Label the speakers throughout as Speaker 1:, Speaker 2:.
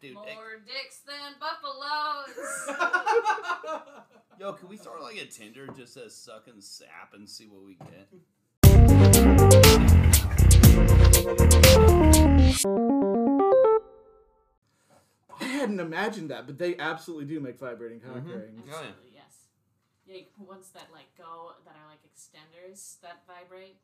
Speaker 1: dude.
Speaker 2: More dicks than buffaloes.
Speaker 1: eh, yo, can we start like a Tinder just says suck and sap and see what we get?
Speaker 3: I hadn't imagined that, but they absolutely do make vibrating cock
Speaker 1: Mhm.
Speaker 3: rings.
Speaker 1: yeah.
Speaker 2: Absolutely, yes. You like ones that like go that are like extenders that vibrate.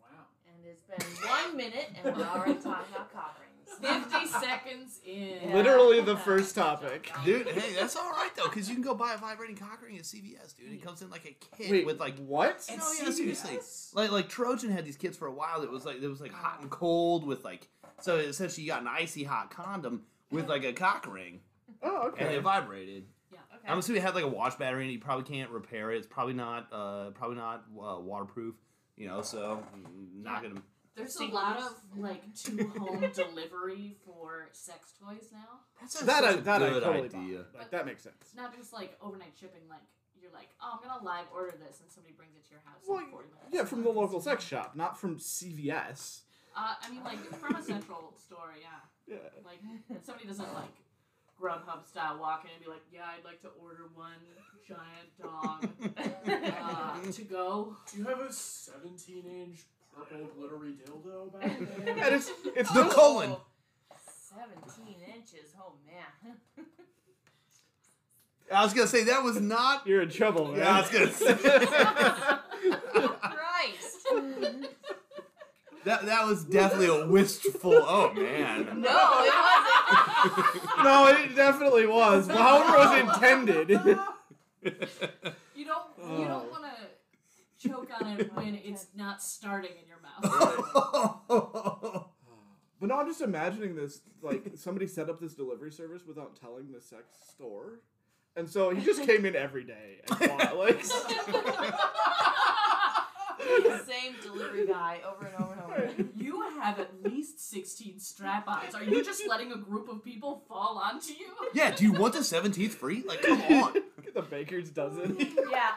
Speaker 4: Wow.
Speaker 5: And it's been one minute and we're already talking about cock rings.
Speaker 2: Fifty seconds in.
Speaker 3: Literally the first topic.
Speaker 1: Dude, hey, that's all right though, because you can go buy a vibrating cock ring at CVS, dude. It comes in like a kit
Speaker 3: Wait,
Speaker 1: with like
Speaker 3: what?
Speaker 1: no, yeah, seriously.
Speaker 4: CVS?
Speaker 1: Like like Trojan had these kits for a while that was like that was like hot and cold with like so essentially you got an icy hot condom with like a cock ring
Speaker 3: Oh,
Speaker 1: and
Speaker 3: okay.
Speaker 1: it vibrated.
Speaker 5: Okay.
Speaker 1: I'm assuming it had like a watch battery in it. You probably can't repair it. It's probably not uh probably not uh, waterproof, you know, so mm, not gonna
Speaker 2: There's a
Speaker 5: Singles.
Speaker 2: lot of like to home delivery for sex toys now.
Speaker 1: That's
Speaker 3: That I,
Speaker 1: such a
Speaker 3: that I
Speaker 1: good
Speaker 3: totally
Speaker 1: idea.
Speaker 3: buy. Like, that makes sense.
Speaker 2: It's not just like overnight shipping. Like you're like, oh, I'm gonna live order this, and somebody brings it to your house
Speaker 3: Well,
Speaker 2: in 40 minutes.
Speaker 3: yeah, from the local sex shop, not from CVS.
Speaker 2: Uh, I mean, like from a central store, yeah.
Speaker 3: Yeah.
Speaker 2: Like somebody doesn't like Grubhub style walk in and be like, yeah, I'd like to order one giant dog uh, to go.
Speaker 4: Do you have a 17 inch purple glittery dildo back there?
Speaker 3: And it's it's
Speaker 1: The
Speaker 3: just-
Speaker 1: colon.
Speaker 5: Seventeen inches. Oh man.
Speaker 1: I was gonna say that was not
Speaker 3: You're in trouble, man.
Speaker 1: Yeah, I was gonna say.
Speaker 5: Christ.
Speaker 1: that that was definitely a wistful oh man.
Speaker 5: No, it wasn't.
Speaker 3: no, it definitely was. But however it was intended.
Speaker 2: You don't you
Speaker 3: Oh.
Speaker 2: don't want to choke on it when it's not starting in your mouth.
Speaker 1: That's
Speaker 3: But no, I'm just imagining this like somebody set up this delivery service without telling the sex store, and so he just came in every day. And bought, like,
Speaker 5: the same delivery guy over and over and over. again.
Speaker 2: You have at least 16 strap-ons. Are you just letting a group of people fall onto you?
Speaker 1: Yeah, do you want the seventeenth free? Like come on.
Speaker 3: the baker's dozen.
Speaker 5: Yeah,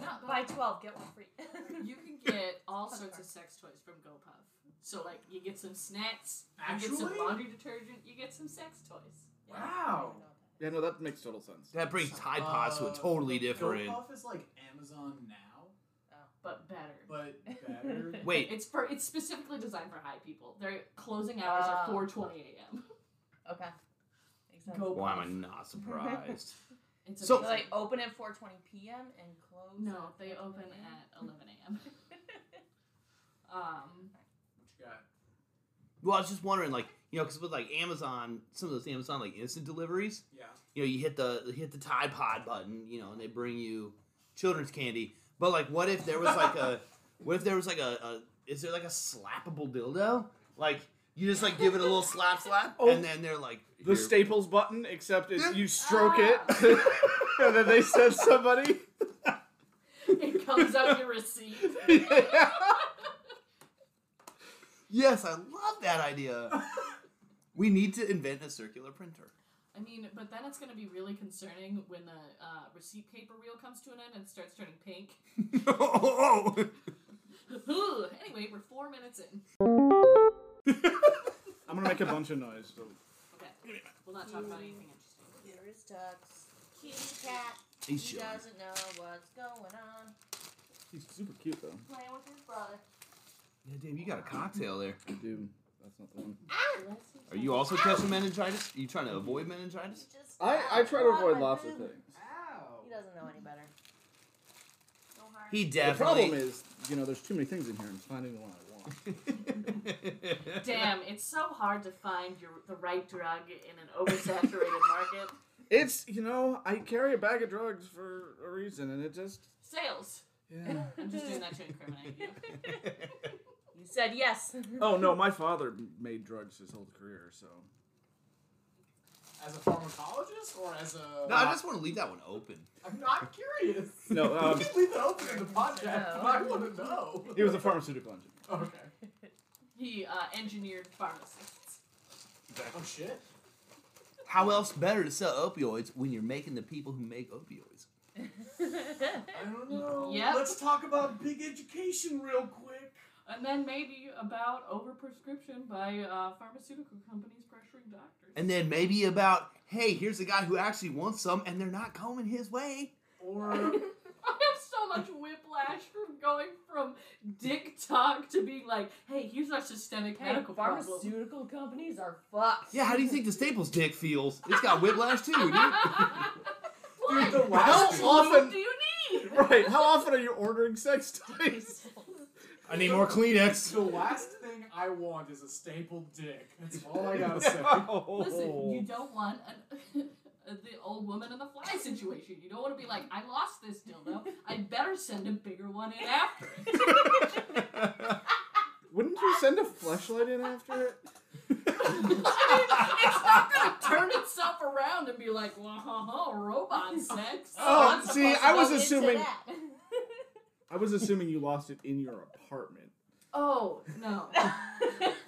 Speaker 2: No,
Speaker 5: buy
Speaker 2: like
Speaker 5: twelve, get one free.
Speaker 2: you can get all sorts of sex toys from GoPuff. So like you get some snacks, you get
Speaker 4: Actually?
Speaker 2: some laundry detergent, you get some sex toys.
Speaker 4: Wow.
Speaker 3: Yeah, no, that makes total sense.
Speaker 1: That brings Tide Pods to a
Speaker 4: Uh,
Speaker 1: totally different
Speaker 4: GoPuff is like Amazon now,
Speaker 2: But better.
Speaker 4: but better.
Speaker 1: Wait,
Speaker 2: It's for it's specifically designed for high people. Their closing hours
Speaker 5: Ah.
Speaker 2: are 4:20 a.m.
Speaker 5: Okay. Makes sense.
Speaker 2: Go
Speaker 1: why am I
Speaker 2: Puff.
Speaker 1: not surprised?
Speaker 2: It's
Speaker 1: So-
Speaker 5: So
Speaker 2: amazing.
Speaker 5: they open at 4:20 p.m. and close.
Speaker 2: no,
Speaker 5: at
Speaker 2: they
Speaker 5: 4:20
Speaker 2: open at 11 a.m. Um,
Speaker 4: What you got?
Speaker 1: Well, I was just wondering, like, you know, because with like Amazon, some of those Amazon like instant deliveries,
Speaker 4: Yeah.
Speaker 1: you know, you hit the hit the Tide Pod button, you know, and they bring you children's candy. But like, what if there was like a, what if there was like a, a is there like a slappable dildo? Like you just like give it a little slap slap,
Speaker 3: Oh.
Speaker 1: and then they're like
Speaker 3: The
Speaker 1: here.
Speaker 3: staples button, except
Speaker 1: Yeah.
Speaker 3: it's you stroke it, and then they send somebody.
Speaker 2: it comes out your receipt.
Speaker 1: Yes, I love that idea. we need to invent a circular printer.
Speaker 2: I mean, but then it's gonna be really concerning when the uh, receipt paper reel comes to an end and starts turning pink.
Speaker 3: Oh.
Speaker 2: anyway, we're four minutes in.
Speaker 3: I'm gonna make a bunch of noise. So.
Speaker 2: Okay, we'll not talk about anything interesting.
Speaker 5: Here is Tux, kitty cat.
Speaker 1: He's
Speaker 5: he
Speaker 1: showing.
Speaker 5: doesn't know what's going on.
Speaker 3: He's super cute though.
Speaker 5: Playing with his brother.
Speaker 1: Yeah, Dave, you got a cocktail there.
Speaker 3: Dude, that's not the one.
Speaker 1: Are you also catching meningitis? Are you trying to avoid meningitis?
Speaker 5: Just
Speaker 3: I I try to avoid lots of things.
Speaker 4: Ow.
Speaker 5: He doesn't know any better. No harm.
Speaker 1: He
Speaker 3: The problem
Speaker 1: definitely.
Speaker 3: is, you know, there's too many things in here. and finding the one I want.
Speaker 2: Damn, it's so hard to find your the right drug in an oversaturated market.
Speaker 3: It's you know, I carry a bag of drugs for a reason, and it just
Speaker 2: Sales.
Speaker 3: yeah.
Speaker 2: I'm just doing that to incriminate you.
Speaker 5: You said yes.
Speaker 3: oh no, my father made drugs his whole career, so
Speaker 4: As a pharmacologist or as a?
Speaker 1: no, I just want to leave that one open.
Speaker 4: am not curious.
Speaker 3: No, um,
Speaker 4: you can leave it open in the podcast.
Speaker 5: No.
Speaker 4: but I want to know.
Speaker 3: he was a pharmaceutical engineer.
Speaker 4: Okay.
Speaker 2: He uh, engineered pharmacists.
Speaker 4: Oh shit.
Speaker 1: How else better to sell opioids when you're making the people who make opioids?
Speaker 4: I don't know.
Speaker 2: Yep.
Speaker 4: Let's talk about big education real quick.
Speaker 2: And then maybe about overprescription by uh, pharmaceutical companies pressuring torturing doctors.
Speaker 1: and then maybe about hey, here's a guy who actually wants some, and they're not coming his way.
Speaker 4: Or
Speaker 2: I have so much whiplash from going from dick talk to being like, hey, here's our systemic
Speaker 5: Hey,
Speaker 2: medical problem.
Speaker 5: pharmaceutical companies are fucked.
Speaker 1: Yeah, how do you think the Staples dick feels? It's got whiplash too. Dude.
Speaker 2: what?
Speaker 3: Dude, the
Speaker 2: How
Speaker 3: last
Speaker 2: much
Speaker 3: often-
Speaker 2: do you need?
Speaker 3: Right. How often are you ordering sex toys?
Speaker 1: I need more Kleenex.
Speaker 4: the last thing I want is a stapled dick. That's
Speaker 3: Oh,
Speaker 4: all I gotta say.
Speaker 2: Listen,
Speaker 5: Oh.
Speaker 2: you don't want an, the old woman and the fly situation. You don't want to be like, I lost this dildo. I better send a bigger one in after.
Speaker 1: Mm-hmm.
Speaker 3: Wouldn't you send a flashlight in after it?
Speaker 2: I mean, it's not going to turn itself around and be like, well, ha, ha, robot sex.
Speaker 3: Oh,
Speaker 2: That's
Speaker 3: see,
Speaker 2: supposed
Speaker 3: I
Speaker 2: to
Speaker 3: was
Speaker 2: go in-
Speaker 3: assuming-
Speaker 5: That.
Speaker 3: I was assuming you lost it in your apartment.
Speaker 2: Oh, no.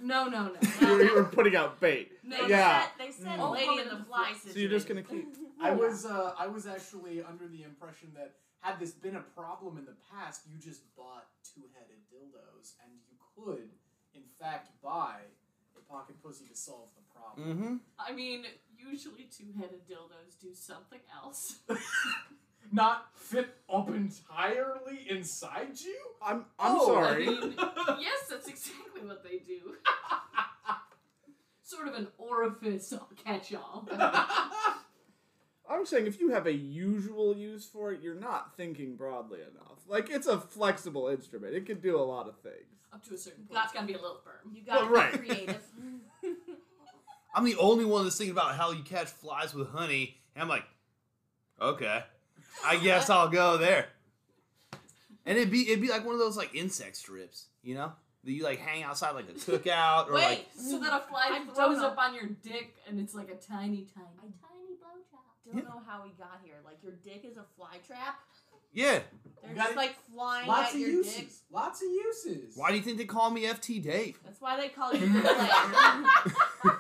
Speaker 2: No, no,
Speaker 3: You
Speaker 2: no.
Speaker 3: were, you were putting out bait.
Speaker 2: no
Speaker 3: Yeah.
Speaker 5: They said
Speaker 2: Mm.
Speaker 5: lady in the fly
Speaker 3: So you're just gonna keep.
Speaker 5: situation.
Speaker 4: I was uh, I was actually under the impression that had this been a problem in the past, you just bought two-headed dildos, and you could, in fact, buy a pocket pussy to solve the problem.
Speaker 1: Mm-hmm.
Speaker 2: I mean, usually two headed dildos do something else.
Speaker 1: Mm.
Speaker 4: Not fit up entirely inside you.
Speaker 3: I'm I'm
Speaker 2: Oh,
Speaker 3: sorry.
Speaker 2: I mean, yes, that's exactly what they do. sort of an orifice catch all.
Speaker 3: I'm saying if you have a usual use for it, you're not thinking broadly enough. Like it's a flexible instrument. It can do a lot of things.
Speaker 2: Up to a certain point, it's gotta be a little firm.
Speaker 5: You got
Speaker 3: Well, right.
Speaker 5: to be creative.
Speaker 1: I'm the only one that's thinking about how you catch flies with honey, and I'm like, okay, I guess I'll go there. And it'd be it'd be like one of those like insect strips, you know, that you like hang outside like a cookout or
Speaker 5: Wait,
Speaker 1: like
Speaker 2: So that a fly
Speaker 5: I
Speaker 2: throws
Speaker 5: don't know.
Speaker 2: up on your dick and it's like a tiny, tiny,
Speaker 5: I-
Speaker 2: tiny blowjob.
Speaker 5: don't know how we got here. Like your dick is a fly trap.
Speaker 1: yeah.
Speaker 5: They're
Speaker 4: You
Speaker 5: just
Speaker 4: got-
Speaker 5: like flying
Speaker 4: Lots
Speaker 5: at
Speaker 4: of
Speaker 5: your
Speaker 4: uses.
Speaker 5: dick.
Speaker 4: Lots of uses.
Speaker 1: Why do you think they call me FT Dave?
Speaker 5: That's why they call you the fly.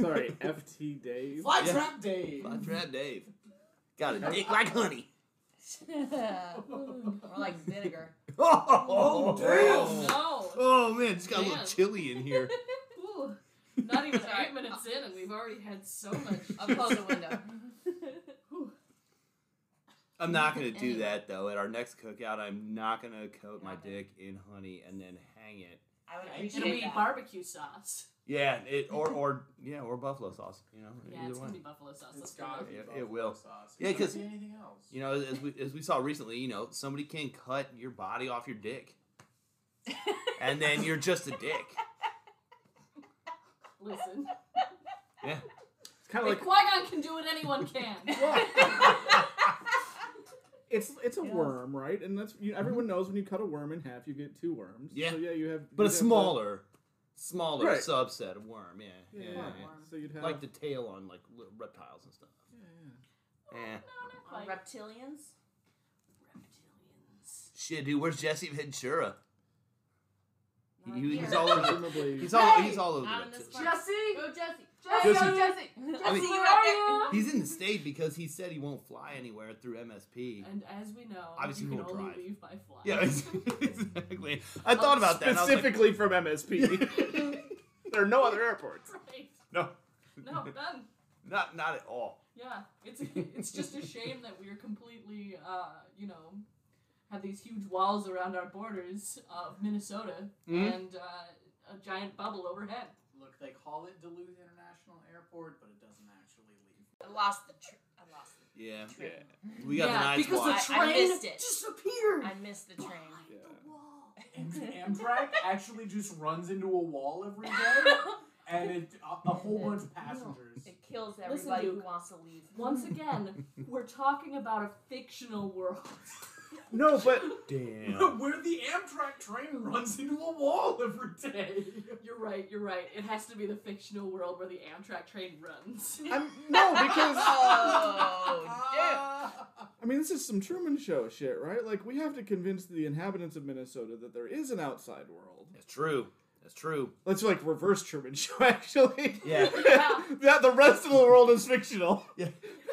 Speaker 3: Sorry, FT Dave.
Speaker 4: Fly
Speaker 1: Yeah.
Speaker 4: trap day.
Speaker 1: Fly Trap Dave. Got a dick like honey.
Speaker 5: More like vinegar.
Speaker 1: Oh,
Speaker 4: Oh, damn.
Speaker 2: No!
Speaker 1: Oh man, it's got a little
Speaker 2: Man.
Speaker 1: chilly in here.
Speaker 2: Ooh, not even
Speaker 5: Sorry.
Speaker 2: eight minutes in and we've already had so much.
Speaker 5: I'll close the window.
Speaker 1: I'm not gonna do
Speaker 5: Anyway.
Speaker 1: that though. At our next cookout, I'm not gonna coat my
Speaker 5: Not gonna.
Speaker 1: dick in honey and then hang it.
Speaker 5: I would
Speaker 4: It'll
Speaker 2: It'll
Speaker 5: appreciate
Speaker 2: be
Speaker 5: that.
Speaker 2: barbecue sauce.
Speaker 1: Yeah, it or or yeah or buffalo sauce. You know,
Speaker 2: Yeah,
Speaker 1: either
Speaker 2: it's gonna
Speaker 1: one.
Speaker 2: be buffalo sauce.
Speaker 4: It's
Speaker 2: Let's
Speaker 4: got
Speaker 2: go.
Speaker 4: to be
Speaker 1: It- it
Speaker 4: buffalo
Speaker 1: will.
Speaker 4: Sauce.
Speaker 1: Yeah,
Speaker 4: It can't
Speaker 1: 'cause-
Speaker 4: be anything else.
Speaker 1: You know, as we as we saw recently, you know, somebody can cut your body off your dick, and then you're just a dick.
Speaker 2: Listen,
Speaker 3: It's kind of
Speaker 2: if
Speaker 3: like
Speaker 2: Qui Gon can do it, anyone can.
Speaker 3: it's it's a
Speaker 5: Yes.
Speaker 3: worm, right? And that's you, everyone knows when you cut a worm in half, you get two worms.
Speaker 1: Yeah.
Speaker 3: So yeah, you have.
Speaker 1: But
Speaker 3: you'd
Speaker 1: a
Speaker 3: have
Speaker 1: smaller, smaller
Speaker 3: Right.
Speaker 1: subset of worm. Yeah,
Speaker 3: the-
Speaker 1: yeah,
Speaker 3: yeah,
Speaker 1: yeah,
Speaker 5: yeah.
Speaker 3: So you'd
Speaker 1: yeah.
Speaker 3: have
Speaker 1: like the tail on like li- reptiles and stuff.
Speaker 3: yeah,
Speaker 1: Yeah.
Speaker 2: no,
Speaker 5: On
Speaker 2: not like
Speaker 5: reptilians.
Speaker 2: reptilians.
Speaker 1: Shit, dude, where's Jesse Ventura?
Speaker 5: Not
Speaker 1: He-
Speaker 5: here.
Speaker 1: he's all over. the-
Speaker 3: presumably.
Speaker 1: He's all
Speaker 5: Hey!
Speaker 1: he's all over.
Speaker 5: Not
Speaker 1: the
Speaker 5: in this
Speaker 1: place.
Speaker 5: part.
Speaker 2: Jesse!
Speaker 5: Go Jesse.
Speaker 2: Jesse,
Speaker 1: Jesse.
Speaker 2: Jesse,
Speaker 5: Jesse,
Speaker 1: I mean-
Speaker 5: you out there?
Speaker 1: He's in the state because he said he won't fly anywhere through MSP.
Speaker 2: And as we know,
Speaker 1: Obviously
Speaker 2: you
Speaker 1: he
Speaker 2: can
Speaker 1: won't
Speaker 2: only
Speaker 1: drive.
Speaker 2: leave by flight.
Speaker 1: Yeah, exactly. I thought about that. and I was like,
Speaker 3: specifically from MSP. there are no other airports.
Speaker 2: Right.
Speaker 1: No.
Speaker 2: No, done.
Speaker 1: Not not at all.
Speaker 2: Yeah, it's it's just a shame that we're completely, uh, you know, have these huge walls around our borders of Minnesota
Speaker 1: Mhm.
Speaker 2: and uh, a giant bubble overhead.
Speaker 4: Look, they call it Duluth International Airport, but it doesn't actually
Speaker 5: I
Speaker 4: leave.
Speaker 5: lost the tr- I lost the
Speaker 1: Yeah,
Speaker 5: train.
Speaker 1: we got
Speaker 2: yeah,
Speaker 1: the nice
Speaker 2: because
Speaker 1: watch.
Speaker 2: the
Speaker 5: I- I
Speaker 2: train
Speaker 5: missed it.
Speaker 2: disappeared.
Speaker 5: I missed the train.
Speaker 2: behind the wall.
Speaker 4: Am- Amtrak actually just runs into a wall every day, and it a, a whole bunch of passengers.
Speaker 5: It kills
Speaker 2: Listen,
Speaker 5: everybody who
Speaker 2: Duke.
Speaker 5: wants to leave.
Speaker 2: Once again, we're talking about a fictional world.
Speaker 3: No, but
Speaker 1: Damn.
Speaker 4: Where the Amtrak train runs into a wall every day.
Speaker 2: You're right, you're right. It has to be the fictional world where the Amtrak train runs.
Speaker 3: I'm no because
Speaker 5: Oh,
Speaker 4: Ah.
Speaker 3: I mean this is some Truman Show shit, right? Like we have to convince the inhabitants of Minnesota that there is an outside world.
Speaker 1: That's true. That's true.
Speaker 3: Let's like reverse Truman Show actually.
Speaker 1: Yeah.
Speaker 2: Yeah.
Speaker 3: that the rest of the world is fictional.
Speaker 1: Yeah.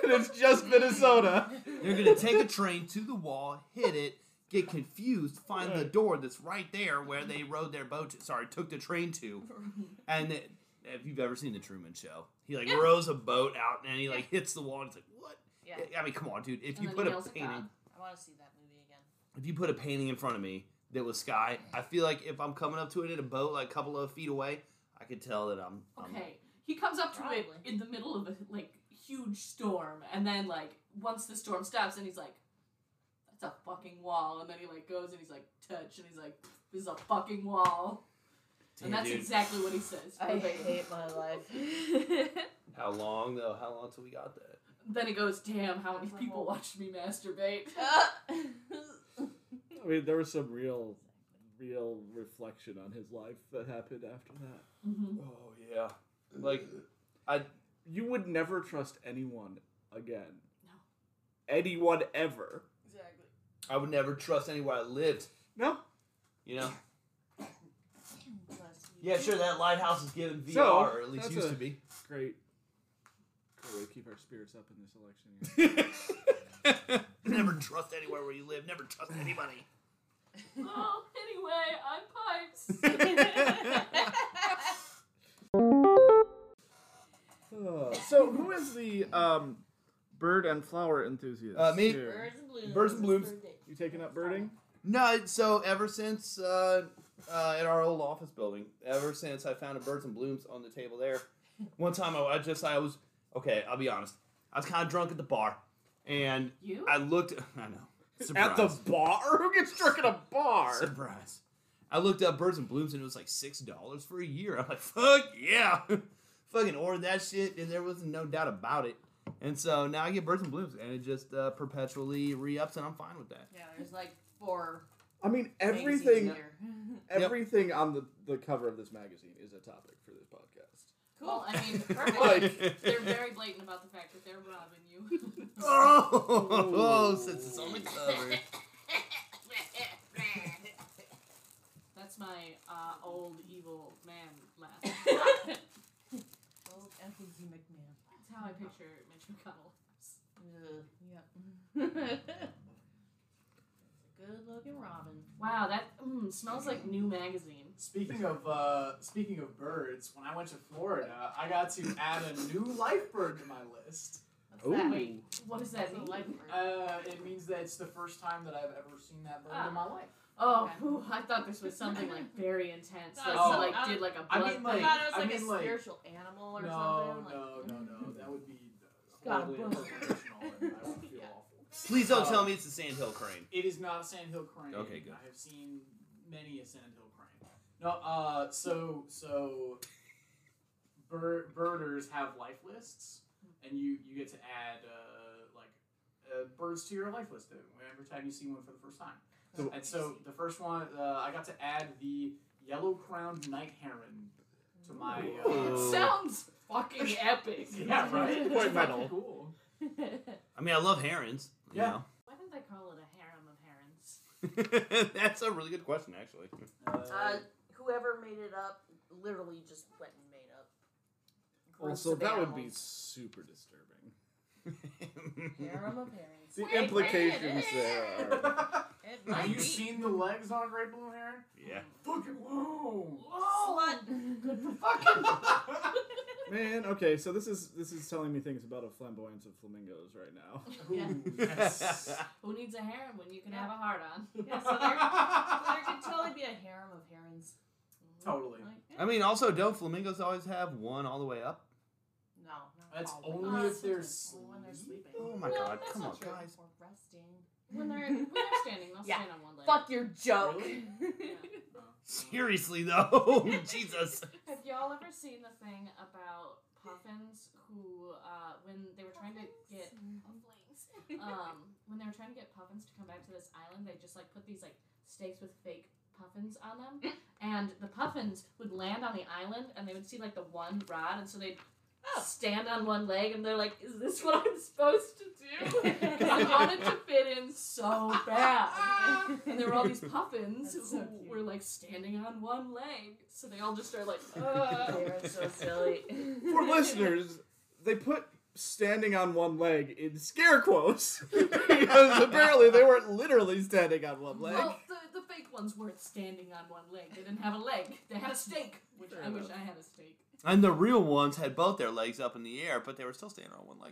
Speaker 3: and it's just Minnesota.
Speaker 1: They're gonna take a train to the wall, hit it, get confused, find the
Speaker 3: Right.
Speaker 1: door that's right there where they rode their boat. To, sorry, took the train to. And it, if you've ever seen the Truman Show, he like
Speaker 2: Yeah.
Speaker 1: rows a boat out and he like hits the wall. and It's like what?
Speaker 5: Yeah.
Speaker 1: I mean, come on, dude. If
Speaker 2: And
Speaker 1: you
Speaker 2: then
Speaker 1: put
Speaker 2: he
Speaker 1: a
Speaker 2: yells at
Speaker 1: painting,
Speaker 2: God.
Speaker 5: I want to see that movie again.
Speaker 1: if you put a painting in front of me that was sky, I feel like if I'm coming up to it in a boat, like a couple of feet away, I could tell that I'm. I'm-
Speaker 2: Okay, he comes up to it
Speaker 5: Probably.
Speaker 2: in the middle of a like huge storm, and then like once the storm stops, and he's like, "That's a fucking wall," and then he like goes and he's like, "Touch," and he's like, "This is a fucking wall," and
Speaker 1: Damn,
Speaker 2: that's
Speaker 1: dude.
Speaker 2: exactly what he says.
Speaker 5: my life.
Speaker 1: How long though? How long till we got that?
Speaker 2: Then he goes, "Damn, how many
Speaker 5: My
Speaker 2: people
Speaker 5: whole-
Speaker 2: watched me masturbate?"
Speaker 3: I mean, there was some real, real reflection on his life that happened after that.
Speaker 2: Mhm.
Speaker 1: Oh yeah, like
Speaker 3: You would never trust anyone again.
Speaker 2: No.
Speaker 3: Anyone ever.
Speaker 5: exactly.
Speaker 1: I would never trust anywhere I lived.
Speaker 3: No.
Speaker 1: You know? Yeah, sure. That lighthouse is given VR,
Speaker 3: So,
Speaker 1: or at least
Speaker 3: that's
Speaker 1: used
Speaker 3: a-
Speaker 1: to be.
Speaker 3: Great. Great way to keep our spirits up in this election year.
Speaker 1: never trust anywhere where you live. Never trust anybody.
Speaker 2: oh, anyway, I'm pipes.
Speaker 3: Uh, so who is the um, bird and flower enthusiast?
Speaker 1: Uh, me.
Speaker 3: here?
Speaker 5: Birds and blooms.
Speaker 1: Birds and blooms.
Speaker 3: You taking up birding?
Speaker 1: No, it's- so ever since uh, uh, at our old office building, ever since I found a birds and blooms on the table there, one time I, I just I was okay. I'll be honest. I was kind of drunk at the bar, and
Speaker 2: you?
Speaker 1: I looked. I know.
Speaker 3: At the
Speaker 1: Surprise.
Speaker 3: bar? Who gets drunk at a bar?
Speaker 1: Surprise. I looked up Birds and Blooms and it was like six dollars for a year. I'm like, fuck yeah. Fucking ordered that shit and there was no doubt about it. And so now I get Birds and Blooms and it just uh, perpetually re ups and I'm fine with that.
Speaker 5: Yeah, there's like four.
Speaker 3: I mean, everything, everything on the, the cover of this magazine is a topic for this podcast.
Speaker 5: cool.
Speaker 2: Well, I mean, perfect.
Speaker 3: Like-
Speaker 2: They're very blatant about the fact that they're robbing you.
Speaker 1: oh, since it's on the cover.
Speaker 2: That's my uh, old evil man laugh.
Speaker 5: Oh,
Speaker 2: That's
Speaker 5: Old Effie E McMahon.
Speaker 2: how I picture Mitch McConnell.
Speaker 5: Ugh, yep. Good looking Robin.
Speaker 2: Wow, that mm, smells like new magazine.
Speaker 4: Speaking of uh, speaking of birds, when I went to Florida, I got to add a new life bird to my list.
Speaker 5: What's
Speaker 3: Ooh.
Speaker 5: that?
Speaker 2: Wait, what does that
Speaker 5: That's a
Speaker 2: mean?
Speaker 5: life bird.
Speaker 4: Uh, it means that it's the first time that I've ever seen that bird
Speaker 5: Ah.
Speaker 4: in my life.
Speaker 2: Oh, whew, I thought this was something like very intense. Like
Speaker 4: Oh.
Speaker 2: you like did like a
Speaker 4: I
Speaker 2: blood
Speaker 4: mean,
Speaker 5: I
Speaker 4: like-
Speaker 2: thing.
Speaker 5: thought it was
Speaker 4: I
Speaker 5: like
Speaker 4: mean,
Speaker 5: a
Speaker 4: like-
Speaker 5: spiritual animal or
Speaker 4: no,
Speaker 5: something. like-
Speaker 4: no, no, no. That would be
Speaker 5: got a
Speaker 4: horribly
Speaker 5: bug.
Speaker 4: unprofessional, and I would feel
Speaker 2: Yeah.
Speaker 4: awful.
Speaker 1: Please don't tell me it's the Sandhill Crane.
Speaker 4: It is not a sandhill crane.
Speaker 1: Okay, good.
Speaker 4: I have seen many a sandhill crane. No, uh, so so bir- birders have life lists, and you you get to add uh, like uh, birds to your life list every time you see one for the first time.
Speaker 3: So-
Speaker 4: and so the first one, uh, I got to add the yellow crowned night heron to my.
Speaker 1: Ooh.
Speaker 4: Uh,
Speaker 2: It sounds fucking epic.
Speaker 4: yeah, right. It's
Speaker 3: Quite
Speaker 4: fucking
Speaker 3: metal.
Speaker 4: Cool.
Speaker 1: I mean, I love herons. you
Speaker 4: Yeah.
Speaker 2: Why didn't they call it a harem of herons?
Speaker 1: know. That's a really good question, actually.
Speaker 5: Uh, whoever made it up literally just went and made up. groups
Speaker 3: Also,
Speaker 5: of
Speaker 3: that would be
Speaker 5: animals.
Speaker 3: super disturbing.
Speaker 5: harem of herons.
Speaker 3: The
Speaker 5: Wait, wait,
Speaker 3: implications
Speaker 5: it
Speaker 3: there
Speaker 5: is.
Speaker 3: are.
Speaker 5: It
Speaker 4: have
Speaker 5: might
Speaker 4: you
Speaker 5: be.
Speaker 4: seen the legs on a great blue heron?
Speaker 1: yeah.
Speaker 4: Fucking whoa!
Speaker 5: Slut. Good for
Speaker 4: Fucking.
Speaker 3: Man, okay, so this is this is telling me things about a flamboyance of flamingos right now.
Speaker 5: Yeah.
Speaker 4: Ooh, yes.
Speaker 2: Who needs a harem when you can
Speaker 5: Yeah.
Speaker 2: have a hard on?
Speaker 5: Yeah, so there, there could totally be a harem of herons.
Speaker 1: Oh,
Speaker 4: Totally.
Speaker 5: Like,
Speaker 1: I mean, also, don't flamingos always have one all the way up?
Speaker 5: no, not
Speaker 4: That's
Speaker 6: Oh,
Speaker 5: always.
Speaker 4: only
Speaker 5: Uh,
Speaker 4: if they're
Speaker 5: sometimes only when they're sleeping.
Speaker 1: Oh my
Speaker 5: no,
Speaker 1: god,
Speaker 5: that's
Speaker 1: come
Speaker 5: not
Speaker 1: on,
Speaker 5: true.
Speaker 1: guys.
Speaker 5: Or resting.
Speaker 2: When they're when they're standing, they'll
Speaker 5: Yeah.
Speaker 2: stand on one leg.
Speaker 5: Fuck your joke.
Speaker 4: Really?
Speaker 1: Seriously, though. Oh, Jesus.
Speaker 2: Have y'all ever seen the thing about puffins who, uh, when they were trying to get um, when they were trying to get puffins to come back to this island, they just like put these like stakes with fake puffins on them, and the puffins would land on the island, and they would see like the one rod, and so they'd
Speaker 5: Oh.
Speaker 2: stand on one leg, and they're like, "Is this what I'm supposed to do?" 'Cause I wanted to fit in so bad. And there were all these puffins
Speaker 5: That's
Speaker 2: who
Speaker 5: so cute.
Speaker 2: were like standing on one leg, so they all just started like,
Speaker 5: They
Speaker 2: "Ugh."
Speaker 5: are so silly.
Speaker 3: For listeners, they put standing on one leg in scare quotes because apparently they weren't literally standing on one leg.
Speaker 2: Well, the, the fake ones weren't standing on one leg. They didn't have a leg. They had a stake, which
Speaker 3: Fair
Speaker 2: I wish
Speaker 3: enough.
Speaker 2: I had a stake.
Speaker 1: And the real ones had both their legs up in the air, but they were still standing on one leg.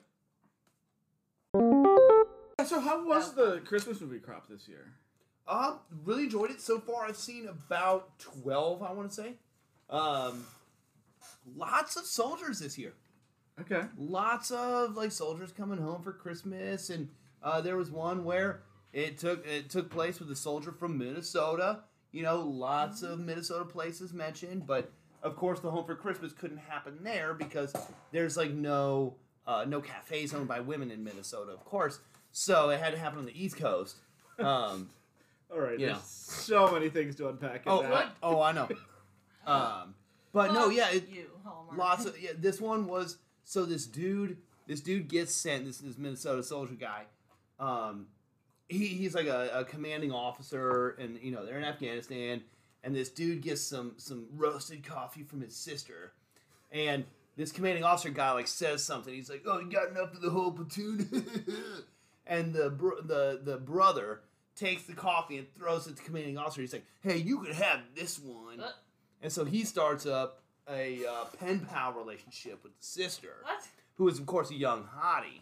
Speaker 3: So how was the Christmas movie crop this year?
Speaker 1: Um, really enjoyed it so far. I've seen about twelve, I want to say. Um, lots of soldiers this year.
Speaker 3: Okay.
Speaker 1: Lots of like soldiers coming home for Christmas, and uh, there was one where it took it took place with a soldier from Minnesota. You know, lots of Minnesota places mentioned, but of course the home for Christmas couldn't happen there because there's like no uh, no cafes owned by women in Minnesota, of course. So it had to happen on the East Coast. Um,
Speaker 3: All right.
Speaker 1: Yeah.
Speaker 3: There's so many things to unpack in
Speaker 1: Oh,
Speaker 3: that.
Speaker 1: I, oh, I know. Um, but no,
Speaker 2: Fuck
Speaker 1: yeah, it,
Speaker 2: you, Hallmark.
Speaker 1: lots of yeah. This one was so this dude, this dude gets sent. This this Minnesota soldier guy, um, he, he's like a, a commanding officer, and you know they're in Afghanistan, and this dude gets some some roasted coffee from his sister, and this commanding officer guy like says something. He's like, "Oh, you got enough for the whole platoon," and the br- the the brother takes the coffee and throws it to the commanding officer. He's like, "Hey, you could have this one,"
Speaker 2: Uh.
Speaker 1: and so he starts up a uh, pen pal relationship with the sister,
Speaker 2: What?
Speaker 1: who is of course a young hottie,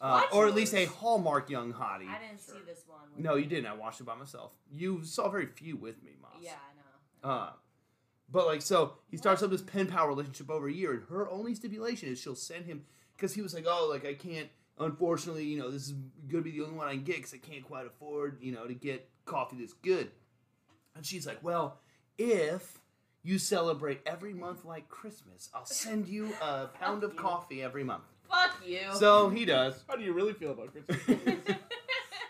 Speaker 1: uh,
Speaker 6: What?
Speaker 1: or at least a hallmark young hottie.
Speaker 6: I didn't
Speaker 4: Sure.
Speaker 6: see this one.
Speaker 1: No, you didn't. I watched it by myself. You saw very few with me, Moss.
Speaker 6: Yeah, I know.
Speaker 1: Uh, but like, so he starts up this pen pal relationship over a year, and her only stipulation is she'll send him because he was like, oh, like I can't. Unfortunately, you know, this is gonna be the only one I can get because I can't quite afford, you know, to get coffee this good. And she's like, well, if you celebrate every month like Christmas, I'll send you a pound of
Speaker 6: you.
Speaker 1: coffee every month.
Speaker 6: Fuck you.
Speaker 1: So he does,
Speaker 3: How do you really feel about Christmas?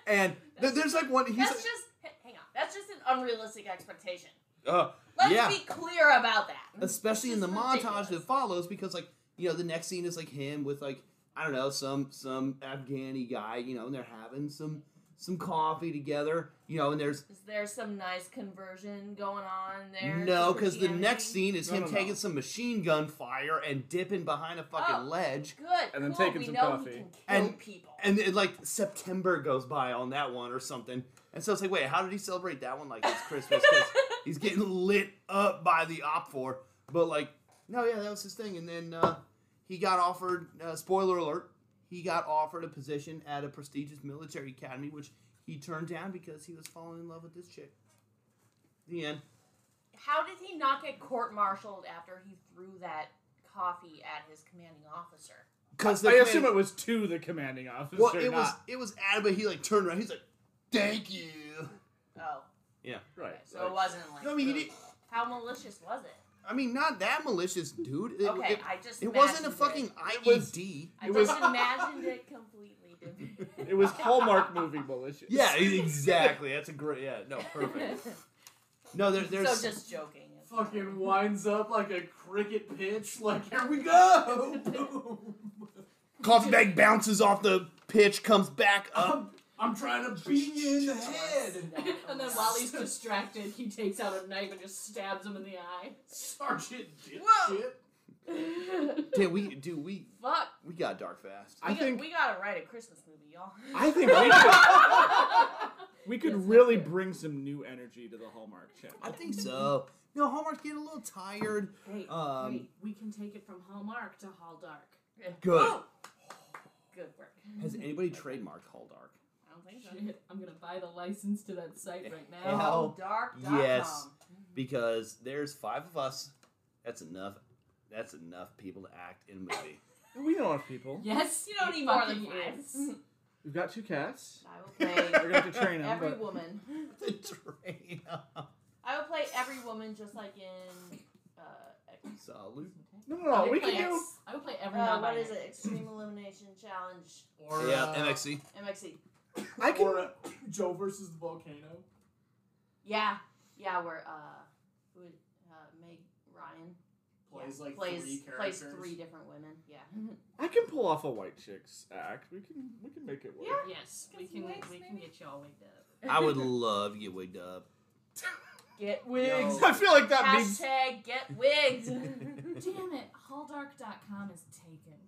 Speaker 1: and th-
Speaker 6: That's-
Speaker 1: there's like one. He's
Speaker 6: that's
Speaker 1: like,
Speaker 6: just h- hang on. That's just an unrealistic expectation.
Speaker 1: uh,
Speaker 6: Let's
Speaker 1: Yeah.
Speaker 6: be clear about that.
Speaker 1: especially
Speaker 6: This
Speaker 1: in the
Speaker 6: Mm-hmm.
Speaker 1: montage
Speaker 6: is
Speaker 1: that
Speaker 6: ridiculous.
Speaker 1: follows because like you know the next scene is like him with like i don't know some some afghani guy you know and they're having some some coffee together you know and there's
Speaker 6: Is there some nice conversion going on there?
Speaker 1: no
Speaker 6: to
Speaker 1: because the
Speaker 6: Christianity?
Speaker 1: next scene is
Speaker 3: No,
Speaker 1: him
Speaker 3: no, no.
Speaker 1: taking some machine gun fire and dipping behind a fucking
Speaker 6: Oh.
Speaker 1: ledge
Speaker 6: Good.
Speaker 3: And then
Speaker 6: cool,
Speaker 3: taking
Speaker 6: we
Speaker 3: some
Speaker 6: know
Speaker 3: coffee.
Speaker 6: He can kill
Speaker 1: And-
Speaker 6: people.
Speaker 1: and it, like september goes by on that one or something and so it's like wait how did he celebrate that one like it's christmas 'Cause he's getting lit up by the op four but like no yeah that was his thing and then uh, he got offered uh, spoiler alert he got offered a position at a prestigious military academy which he turned down because he was falling in love with this chick the end
Speaker 6: How did he not get court-martialed after he threw that coffee at his commanding officer?
Speaker 1: because
Speaker 3: I assume it was to the commanding officer.
Speaker 1: well, it
Speaker 3: not-
Speaker 1: was it was Adam, but he like turned around. He's like, "Thank you."
Speaker 6: Oh,
Speaker 3: right.
Speaker 6: okay. so it wasn't like.
Speaker 1: No, I mean, he did,
Speaker 6: How malicious was it?
Speaker 1: I mean, not that malicious, dude. It,
Speaker 6: Okay,
Speaker 1: it,
Speaker 6: I just.
Speaker 1: It wasn't a
Speaker 6: imagined
Speaker 1: fucking E
Speaker 6: It.
Speaker 1: IED.
Speaker 3: was-
Speaker 6: I
Speaker 3: it
Speaker 6: just
Speaker 3: was-
Speaker 6: imagined it completely different.
Speaker 3: It was Hallmark movie malicious.
Speaker 1: yeah, exactly. That's a great. Yeah, no, perfect. No, there, there's.
Speaker 6: So just joking.
Speaker 4: Fucking winds up like a cricket pitch. Like here we go. Boom.
Speaker 1: coffee bag bounces off the pitch, comes back up.
Speaker 4: I'm, I'm trying to beat you in the head.
Speaker 2: and then while he's distracted, he takes out a knife and just stabs him in the eye.
Speaker 4: Sergeant
Speaker 6: Whoa.
Speaker 4: dipshit.
Speaker 1: Damn, we do we
Speaker 6: Fuck.
Speaker 1: we got dark fast.
Speaker 3: I
Speaker 6: we got-
Speaker 3: think
Speaker 6: we gotta write a Christmas movie, y'all.
Speaker 3: I think we could, we
Speaker 2: Yes,
Speaker 3: could
Speaker 2: that's
Speaker 3: really
Speaker 2: fair.
Speaker 3: bring some new energy to the Hallmark channel.
Speaker 1: I think so. No, Hallmark's getting a little tired.
Speaker 2: Hey,
Speaker 1: Um,
Speaker 2: wait, we can take it from Hallmark to Hall Dark.
Speaker 1: Good.
Speaker 6: Oh! Good work.
Speaker 1: Has anybody trademarked Hallmark?
Speaker 6: I don't think so.
Speaker 2: Shit, I'm gonna buy the license to that site right now.
Speaker 1: Hell.
Speaker 6: Helldark.com.
Speaker 1: Yes. Because there's five of us. That's enough. That's enough people to act in a movie.
Speaker 3: We know our people.
Speaker 2: Yes,
Speaker 6: You don't need more than
Speaker 2: fucking
Speaker 6: five.
Speaker 2: is.
Speaker 3: We've got two cats.
Speaker 6: I will
Speaker 3: We're
Speaker 6: play
Speaker 3: gonna have to train them.
Speaker 6: every
Speaker 3: but-
Speaker 6: woman.
Speaker 1: the train.
Speaker 6: I will play every woman just like in. Uh, ex-
Speaker 1: Salute.
Speaker 3: No,
Speaker 2: I
Speaker 3: no, no.
Speaker 2: would
Speaker 3: Oh, We
Speaker 2: play
Speaker 3: can do.
Speaker 2: ex- I would play every
Speaker 6: uh, what
Speaker 2: non-binary.
Speaker 6: is it? Extreme Elimination Challenge.
Speaker 4: Or,
Speaker 1: Yeah,
Speaker 4: uh,
Speaker 1: MXC.
Speaker 6: MXC.
Speaker 3: I
Speaker 4: Or
Speaker 3: can.
Speaker 4: uh, Joe versus the volcano.
Speaker 6: Yeah. Yeah, where uh, who would, uh, Meg Ryan
Speaker 4: Plays
Speaker 6: yeah,
Speaker 4: like
Speaker 6: plays,
Speaker 4: three
Speaker 6: plays
Speaker 4: characters.
Speaker 6: three different women. Yeah.
Speaker 3: I can pull off a white chicks act. We can. We can make it work.
Speaker 2: Yes, we
Speaker 6: Get
Speaker 2: can.
Speaker 6: some wigs,
Speaker 2: We can
Speaker 6: maybe?
Speaker 2: get y'all wigged up.
Speaker 1: I would love to get wigged up.
Speaker 6: Get
Speaker 4: Yo.
Speaker 6: wigs.
Speaker 3: I feel like that means.
Speaker 6: Hashtag get wigs.
Speaker 2: Damn it, Halldark.com is taken.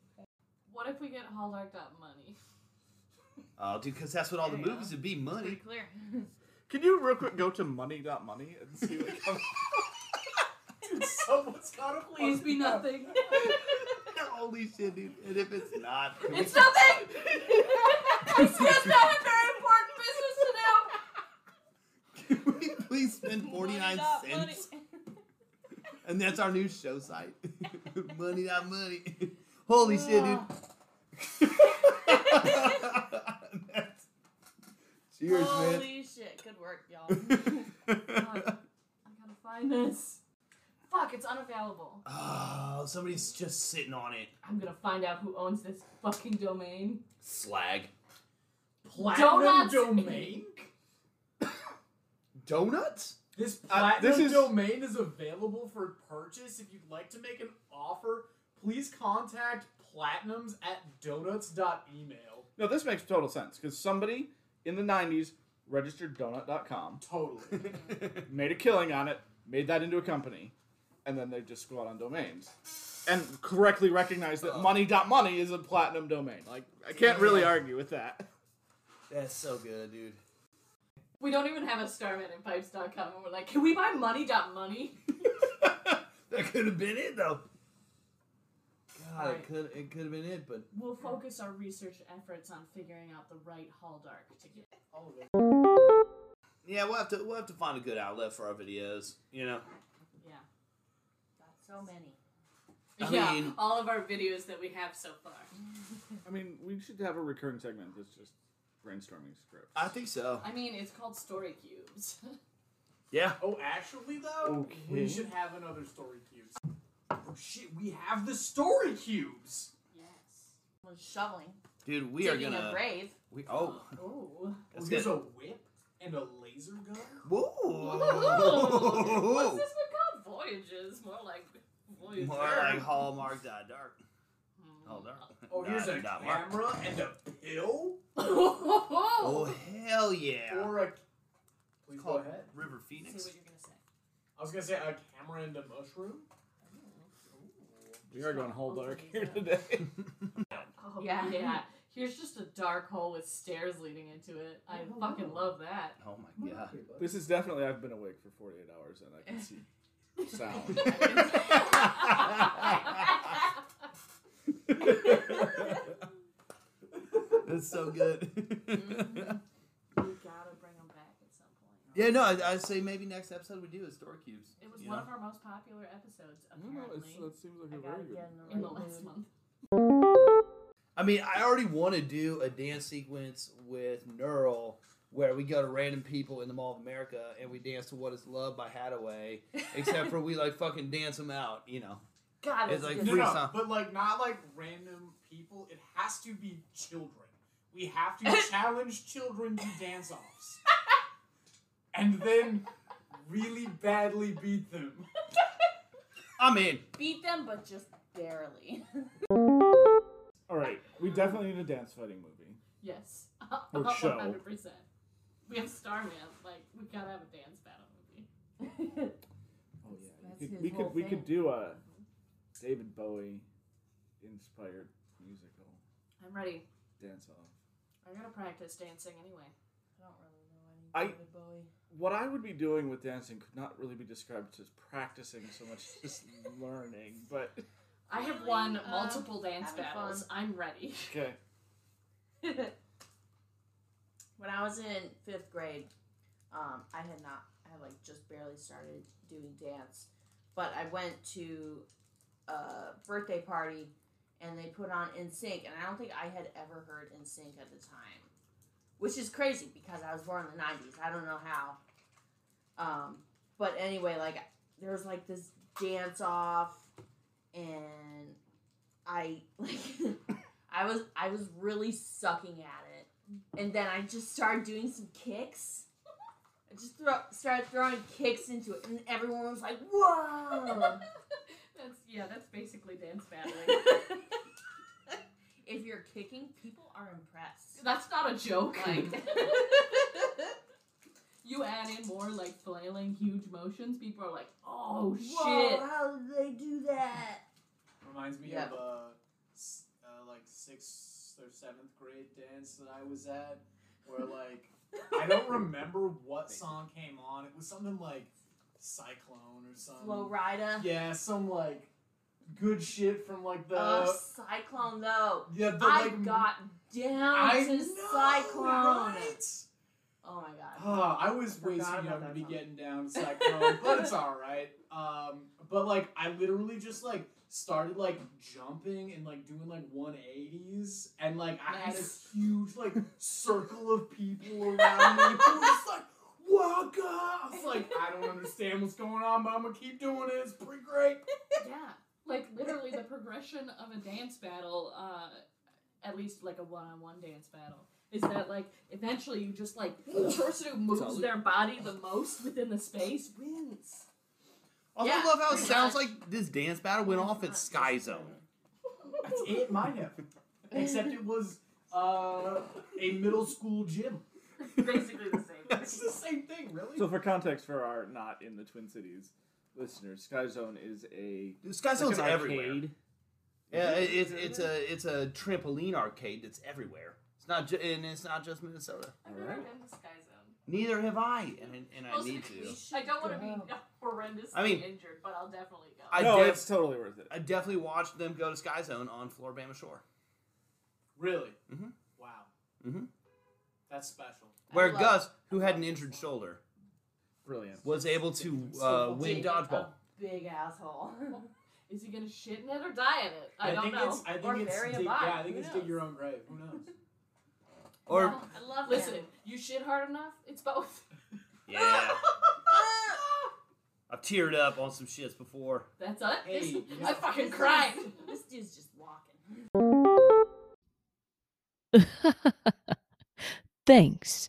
Speaker 2: What if we get Hallmarked up money?
Speaker 1: Oh, dude, because that's what all the
Speaker 6: There you
Speaker 1: movies would be
Speaker 6: Pretty
Speaker 1: money.
Speaker 6: clear.
Speaker 3: Can you real quick go to money.money and see what comes
Speaker 4: Dude, someone's gotta
Speaker 2: Please
Speaker 4: plug
Speaker 2: be
Speaker 4: it up.
Speaker 2: nothing.
Speaker 1: Holy shit, dude. And if it's not, can we-
Speaker 6: it's nothing. it's just not a very important business to know.
Speaker 1: can we please spend 49
Speaker 6: Money, not money.
Speaker 1: cents? And that's our new show site. money, not money. Holy shit, dude. That's- Cheers,
Speaker 6: Holy shit! Good work, y'all.
Speaker 1: man.
Speaker 2: I gotta find this. Fuck, it's unavailable.
Speaker 1: oh, somebody's just sitting on it.
Speaker 2: I'm gonna find out who owns this fucking domain.
Speaker 1: Slag.
Speaker 4: Platinum
Speaker 2: Donuts.
Speaker 4: domain.
Speaker 1: Donuts?
Speaker 4: This
Speaker 3: Uh,
Speaker 4: platinum
Speaker 3: this is-
Speaker 4: domain is available for purchase. If you'd like to make an offer, please contact platinums at donuts.email.
Speaker 3: No, this makes total sense because somebody in the 90s registered donut.com,
Speaker 4: Totally.
Speaker 3: made a killing on it, made that into a company, and then they just squat on domains. And correctly recognized that money.money is a platinum domain. Like, I can't really
Speaker 1: Oh. Yeah.
Speaker 3: argue with that.
Speaker 1: That's so good, dude.
Speaker 2: We don't even have a Starman in Pipes.com, and we're like, can we buy money dot money?
Speaker 1: that could have been it though. God,
Speaker 2: Right.
Speaker 1: it could it could have been it, but
Speaker 2: We'll focus our research efforts on figuring out the right Halldark to get.
Speaker 4: All of it.
Speaker 1: yeah, we'll have to we'll have to find a good outlet for our videos. You know,
Speaker 2: Yeah.
Speaker 6: Got so many.
Speaker 1: I
Speaker 2: yeah,
Speaker 1: mean-
Speaker 2: all of our videos that we have so far.
Speaker 3: I mean, we should have a recurring segment that's just brainstorming scripts.
Speaker 1: I think so.
Speaker 2: I mean, it's called Story Cubes.
Speaker 1: Yeah,
Speaker 4: Oh, actually, though,
Speaker 3: Okay.
Speaker 4: we should have another story cubes. Oh, shit, we have the story cubes.
Speaker 2: yes.
Speaker 6: Was shoveling,
Speaker 1: dude, we are
Speaker 6: digging a
Speaker 1: gonna
Speaker 6: grave.
Speaker 1: we oh
Speaker 2: Oh.
Speaker 4: Oh,
Speaker 1: that's
Speaker 4: here's
Speaker 1: good.
Speaker 4: a whip and a laser gun.
Speaker 2: Ooh. What's
Speaker 1: Whoa.
Speaker 2: this one called? Voyages. More like Voyager.
Speaker 1: More like Hallmark dot dark.
Speaker 2: Hmm.
Speaker 1: Hallmark.
Speaker 4: Oh, here's
Speaker 1: Dot-
Speaker 4: a
Speaker 1: dot mark.
Speaker 4: camera and a pill
Speaker 1: Oh hell yeah!
Speaker 4: or a. Please go
Speaker 1: Called
Speaker 4: ahead.
Speaker 1: River
Speaker 2: See
Speaker 1: Phoenix.
Speaker 2: what you're gonna say.
Speaker 4: I was gonna say a camera and a mushroom.
Speaker 3: We are going whole dark here today.
Speaker 2: Oh yeah.
Speaker 6: Yeah.
Speaker 2: Here's just a dark hole with stairs leading into it. I
Speaker 4: Oh,
Speaker 2: fucking
Speaker 4: wow.
Speaker 2: love that.
Speaker 1: Oh my god.
Speaker 3: this is definitely, I've been awake for 48 hours and I can see sound.
Speaker 1: That's so good.
Speaker 2: we gotta bring them back at some point.
Speaker 1: yeah, no, I, I say maybe next episode we do is Store Cubes.
Speaker 2: It was
Speaker 1: you
Speaker 2: one
Speaker 1: know?
Speaker 2: of our most popular episodes,
Speaker 3: I don't know,
Speaker 2: apparently,
Speaker 3: it's, that seems like
Speaker 5: I
Speaker 3: a
Speaker 5: gotta
Speaker 3: very good
Speaker 5: get in the right
Speaker 2: in the last
Speaker 5: mood.
Speaker 2: month.
Speaker 1: I mean, I already want to do a dance sequence with Neural where we go to random people in the Mall of America and we dance to What Is Love by Hadaway, except for we like fucking dance them out, you know.
Speaker 5: God,
Speaker 1: It's
Speaker 5: it's
Speaker 1: like
Speaker 5: like
Speaker 4: No,
Speaker 1: free-
Speaker 5: good.
Speaker 4: no,
Speaker 1: Freestyle.
Speaker 4: but like not like random people. It has to be children. We have to challenge children to dance-offs, and then really badly beat them.
Speaker 1: I'm in.
Speaker 6: Beat them, but just barely.
Speaker 3: All right, we definitely need a dance fighting movie.
Speaker 2: Yes,
Speaker 3: Or show.
Speaker 2: one hundred percent. We have Starman. Like we gotta have a dance battle movie.
Speaker 3: Oh yeah,
Speaker 6: That's
Speaker 3: we could
Speaker 6: his
Speaker 3: we could,
Speaker 6: whole
Speaker 3: we could
Speaker 6: thing.
Speaker 3: do a David Bowie inspired musical
Speaker 2: I'm ready.
Speaker 3: dance off.
Speaker 2: I gotta practice dancing anyway.
Speaker 6: I don't really know any
Speaker 3: I-
Speaker 6: David Bowie.
Speaker 3: What I would be doing with dancing could not really be described as practicing so much as learning, but
Speaker 2: I have
Speaker 6: Really?
Speaker 2: won
Speaker 6: Um,
Speaker 2: multiple dance
Speaker 6: having fun.
Speaker 2: battles. I'm ready.
Speaker 3: okay.
Speaker 6: when I was in fifth grade, um, I had not, I like just barely started doing dance, but I went to a birthday party and they put on In Sync, and I don't think I had ever heard In Sync at the time, which is crazy because I was born in the '90s. I don't know how, um, but anyway, like there was like this dance off, and I like I was I was really sucking at it and then I just started doing some kicks. I just throw, started throwing kicks into it, and everyone was like, "Whoa!"
Speaker 2: that's yeah. That's basically dance battling.
Speaker 6: if you're kicking, people are impressed.
Speaker 2: that's not a joke.
Speaker 6: Like,
Speaker 2: you add in more like flailing huge motions, people are like, oh
Speaker 6: oh
Speaker 2: shit.
Speaker 6: How did they do that?
Speaker 4: Reminds me
Speaker 6: Yeah.
Speaker 4: of uh, s- uh, like sixth or seventh grade dance that I was at, where like I don't remember what song came on. It was something like Cyclone or something.
Speaker 6: Flow Rida.
Speaker 4: Yeah, some like good shit from like the
Speaker 6: oh, Cyclone though.
Speaker 4: yeah the
Speaker 6: I
Speaker 4: like
Speaker 6: got down
Speaker 4: I
Speaker 6: to
Speaker 4: know,
Speaker 6: Cyclone.
Speaker 4: right?
Speaker 6: Oh my god.
Speaker 4: Uh, I was
Speaker 6: I
Speaker 4: way too
Speaker 6: forgot about
Speaker 4: young to
Speaker 6: that
Speaker 4: be
Speaker 6: song.
Speaker 4: getting down to Cyclone, but it's alright. Um, but like I literally just like started like jumping and like doing like 180s and like I had
Speaker 6: Nice.
Speaker 4: a huge like circle of people around me who were just like Waka! I was like, I don't understand what's going on, but I'm gonna keep doing it. It's pretty great.
Speaker 2: yeah, like literally the progression of a dance battle, uh, at least like a one-on-one dance battle, is that like eventually you just like the person who moves
Speaker 1: Salute.
Speaker 2: their body the most within the space wins.
Speaker 1: Also
Speaker 6: Yeah,
Speaker 1: love how it
Speaker 6: pretty
Speaker 1: sounds
Speaker 6: much.
Speaker 1: like this dance battle went off at Sky Zone.
Speaker 4: It might have, except it was uh, a middle school gym.
Speaker 2: Basically the same.
Speaker 4: It's the same thing, really.
Speaker 3: So for context, for our not in the Twin Cities listeners, Sky Zone is a
Speaker 1: Dude, Sky
Speaker 3: like
Speaker 1: Zone's
Speaker 3: an
Speaker 1: everywhere.
Speaker 3: arcade.
Speaker 1: Yeah,
Speaker 3: Is
Speaker 1: it,
Speaker 3: it?
Speaker 1: it's it's a it's a trampoline arcade that's everywhere. It's not ju- and it's not just Minnesota.
Speaker 2: I've never
Speaker 3: Alright.
Speaker 2: been to Sky Zone.
Speaker 1: Neither have I, and and I
Speaker 2: Also,
Speaker 1: need to.
Speaker 2: I don't want to be horrendously
Speaker 1: I mean-
Speaker 2: injured, but I'll definitely go.
Speaker 1: I
Speaker 3: no,
Speaker 1: def-
Speaker 3: it's totally worth it.
Speaker 1: I definitely watched them go to Sky Zone on Floribama Shore,
Speaker 4: Really?
Speaker 3: Mm-hmm.
Speaker 1: Mhm.
Speaker 4: Wow.
Speaker 1: Mhm.
Speaker 4: That's special.
Speaker 1: where
Speaker 6: love-
Speaker 1: Gus, who had an injured shoulder,
Speaker 3: Brilliant.
Speaker 1: was able to uh, win
Speaker 6: Big-
Speaker 1: dodgeball.
Speaker 6: a Big asshole.
Speaker 2: Is he gonna shit in it or die in it? I, don't
Speaker 4: think
Speaker 2: know.
Speaker 4: It's, I think
Speaker 6: Or
Speaker 4: it's
Speaker 6: bury a
Speaker 4: dig,
Speaker 6: body.
Speaker 4: yeah, I think
Speaker 6: Who
Speaker 4: it's dig
Speaker 6: knows?
Speaker 4: your own grave. Who knows?
Speaker 1: Or
Speaker 6: I love
Speaker 2: Listen,
Speaker 6: him.
Speaker 2: you shit hard enough, it's both.
Speaker 1: yeah, I've teared up on some shits before.
Speaker 2: That's it.
Speaker 4: Hey, you
Speaker 2: I
Speaker 4: know-
Speaker 2: fucking
Speaker 6: This
Speaker 2: cried.
Speaker 6: dude's- This dude's just walking.
Speaker 7: Thanks.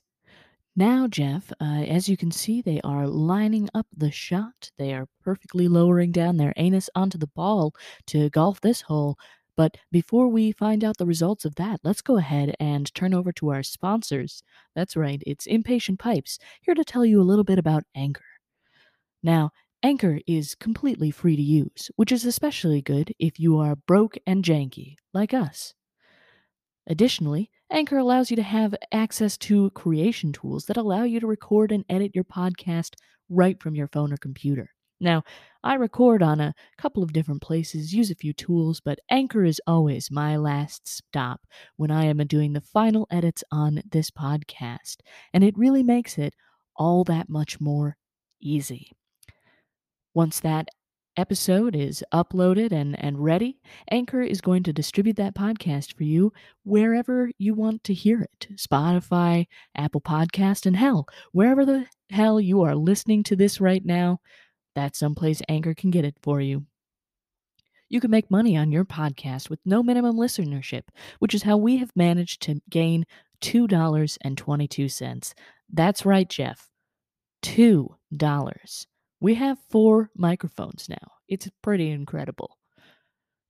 Speaker 7: Now, Jeff, uh, as you can see, they are lining up the shot. They are perfectly lowering down their anus onto the ball to golf this hole. But before we find out the results of that, let's go ahead and turn over to our sponsors. That's right, it's Impatient Pipes, here to tell you a little bit about Anchor. Now, Anchor is completely free to use, which is especially good if you are broke and janky, like us. Additionally, Anchor allows you to have access to creation tools that allow you to record and edit your podcast right from your phone or computer. Now, I record on a couple of different places, use a few tools, but Anchor is always my last stop when I am doing the final edits on this podcast, and it really makes it all that much more easy. Once that episode is uploaded and, and ready, Anchor is going to distribute that podcast for you wherever you want to hear it Spotify, Apple Podcast, and hell, wherever the hell you are listening to this right now, that's someplace Anchor can get it for you. You can make money on your podcast with no minimum listenership, which is how we have managed to gain $2.22. That's right, Jeff. $2. We have four microphones now. It's pretty incredible.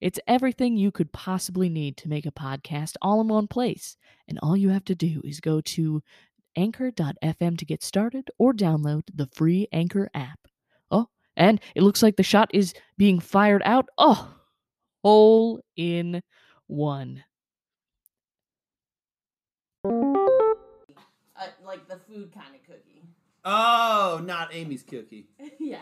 Speaker 7: It's everything you could possibly need to make a podcast all in one place. And all you have to do is go to anchor.fm to get started or download the free Anchor app. Oh, and it looks like the shot is being fired out. Oh, hole in one.
Speaker 6: Uh, like the food kind of cookie.
Speaker 1: Oh, not Amy's cookie
Speaker 6: yeah.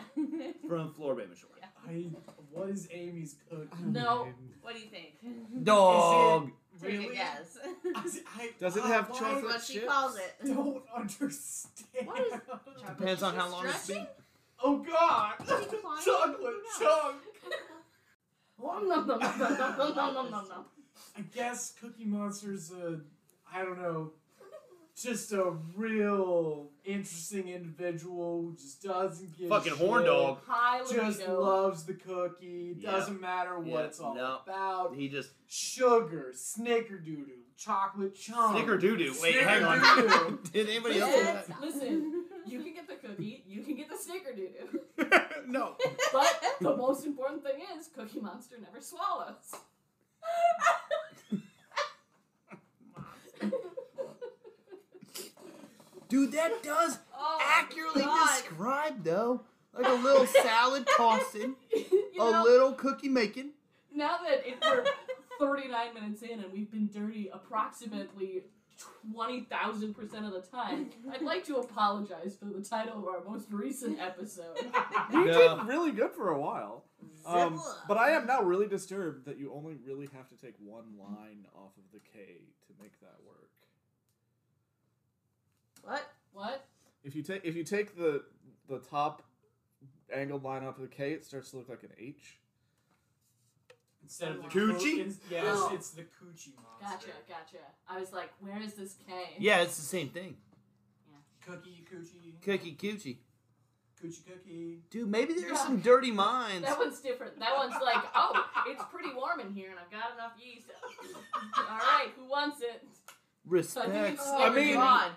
Speaker 1: from Floribama Shore.
Speaker 6: Yeah.
Speaker 4: I, what is Amy's cook?
Speaker 6: No. What do you think?
Speaker 1: Dog.
Speaker 6: Take
Speaker 4: Really?
Speaker 6: a guess.
Speaker 4: I s- I-
Speaker 3: Does it
Speaker 4: I-
Speaker 3: have
Speaker 4: why
Speaker 3: chocolate
Speaker 6: what she
Speaker 3: chips?
Speaker 6: calls it.
Speaker 4: I don't understand.
Speaker 6: What is
Speaker 1: Depends on how long it's been.
Speaker 4: Oh God!
Speaker 6: Declining?
Speaker 4: chocolate
Speaker 6: Who knows?
Speaker 4: chunk.
Speaker 2: Nom, nom, nom, nom, nom, nom, nom, nom, nom, nom.
Speaker 4: I guess Cookie Monster's a, I don't know, just a real interesting individual who just doesn't give
Speaker 1: Fucking
Speaker 4: a
Speaker 1: horn
Speaker 4: shit,
Speaker 1: dog.
Speaker 2: High
Speaker 4: Just
Speaker 2: libido.
Speaker 4: loves the cookie.
Speaker 1: Yeah.
Speaker 4: Doesn't matter what
Speaker 1: Yeah,
Speaker 4: it's all
Speaker 1: no.
Speaker 4: about.
Speaker 1: He just
Speaker 4: Sugar, snickerdoodle, chocolate chunk.
Speaker 1: snicker doo doo. Wait, hang on.
Speaker 4: Snickerdoodle.
Speaker 1: Did anybody else? do
Speaker 2: Listen,
Speaker 1: that?
Speaker 2: listen, you can get the cookie, you can get the snickerdoodle,
Speaker 1: no.
Speaker 2: but the most important thing is Cookie Monster never swallows.
Speaker 1: Dude, that does
Speaker 6: Oh,
Speaker 1: accurately
Speaker 6: God.
Speaker 1: described though. Like a little salad tossing,
Speaker 2: you
Speaker 1: a
Speaker 2: know,
Speaker 1: little cookie making.
Speaker 2: now that it, we're 39 minutes in and we've been dirty approximately 20,000% of the time. I'd like to apologize for the title of our most recent episode.
Speaker 3: You
Speaker 1: No.
Speaker 3: did really good for a while. Um, but I am now really disturbed that you only really have to take one line off of the K to make that work.
Speaker 6: What?
Speaker 2: What?
Speaker 3: If you take if you take the the top angled line off of the K, it starts to look like an H.
Speaker 4: Instead of the
Speaker 1: Coochie?
Speaker 4: Coochie? Yes,
Speaker 2: Oh.
Speaker 4: it's the Coochie monster.
Speaker 2: Gotcha, gotcha. I was like, where is this K?
Speaker 1: Yeah, it's the same thing.
Speaker 4: Cookie, Coochie,
Speaker 1: Cookie coochie.
Speaker 4: Coochie, Cookie.
Speaker 1: Dude, maybe there's some dirty minds.
Speaker 2: That one's different. That one's like, oh, it's pretty warm in here and I've got enough yeast. All right, who wants it? So I think
Speaker 1: Respect.
Speaker 2: it's
Speaker 3: I mean-
Speaker 2: on.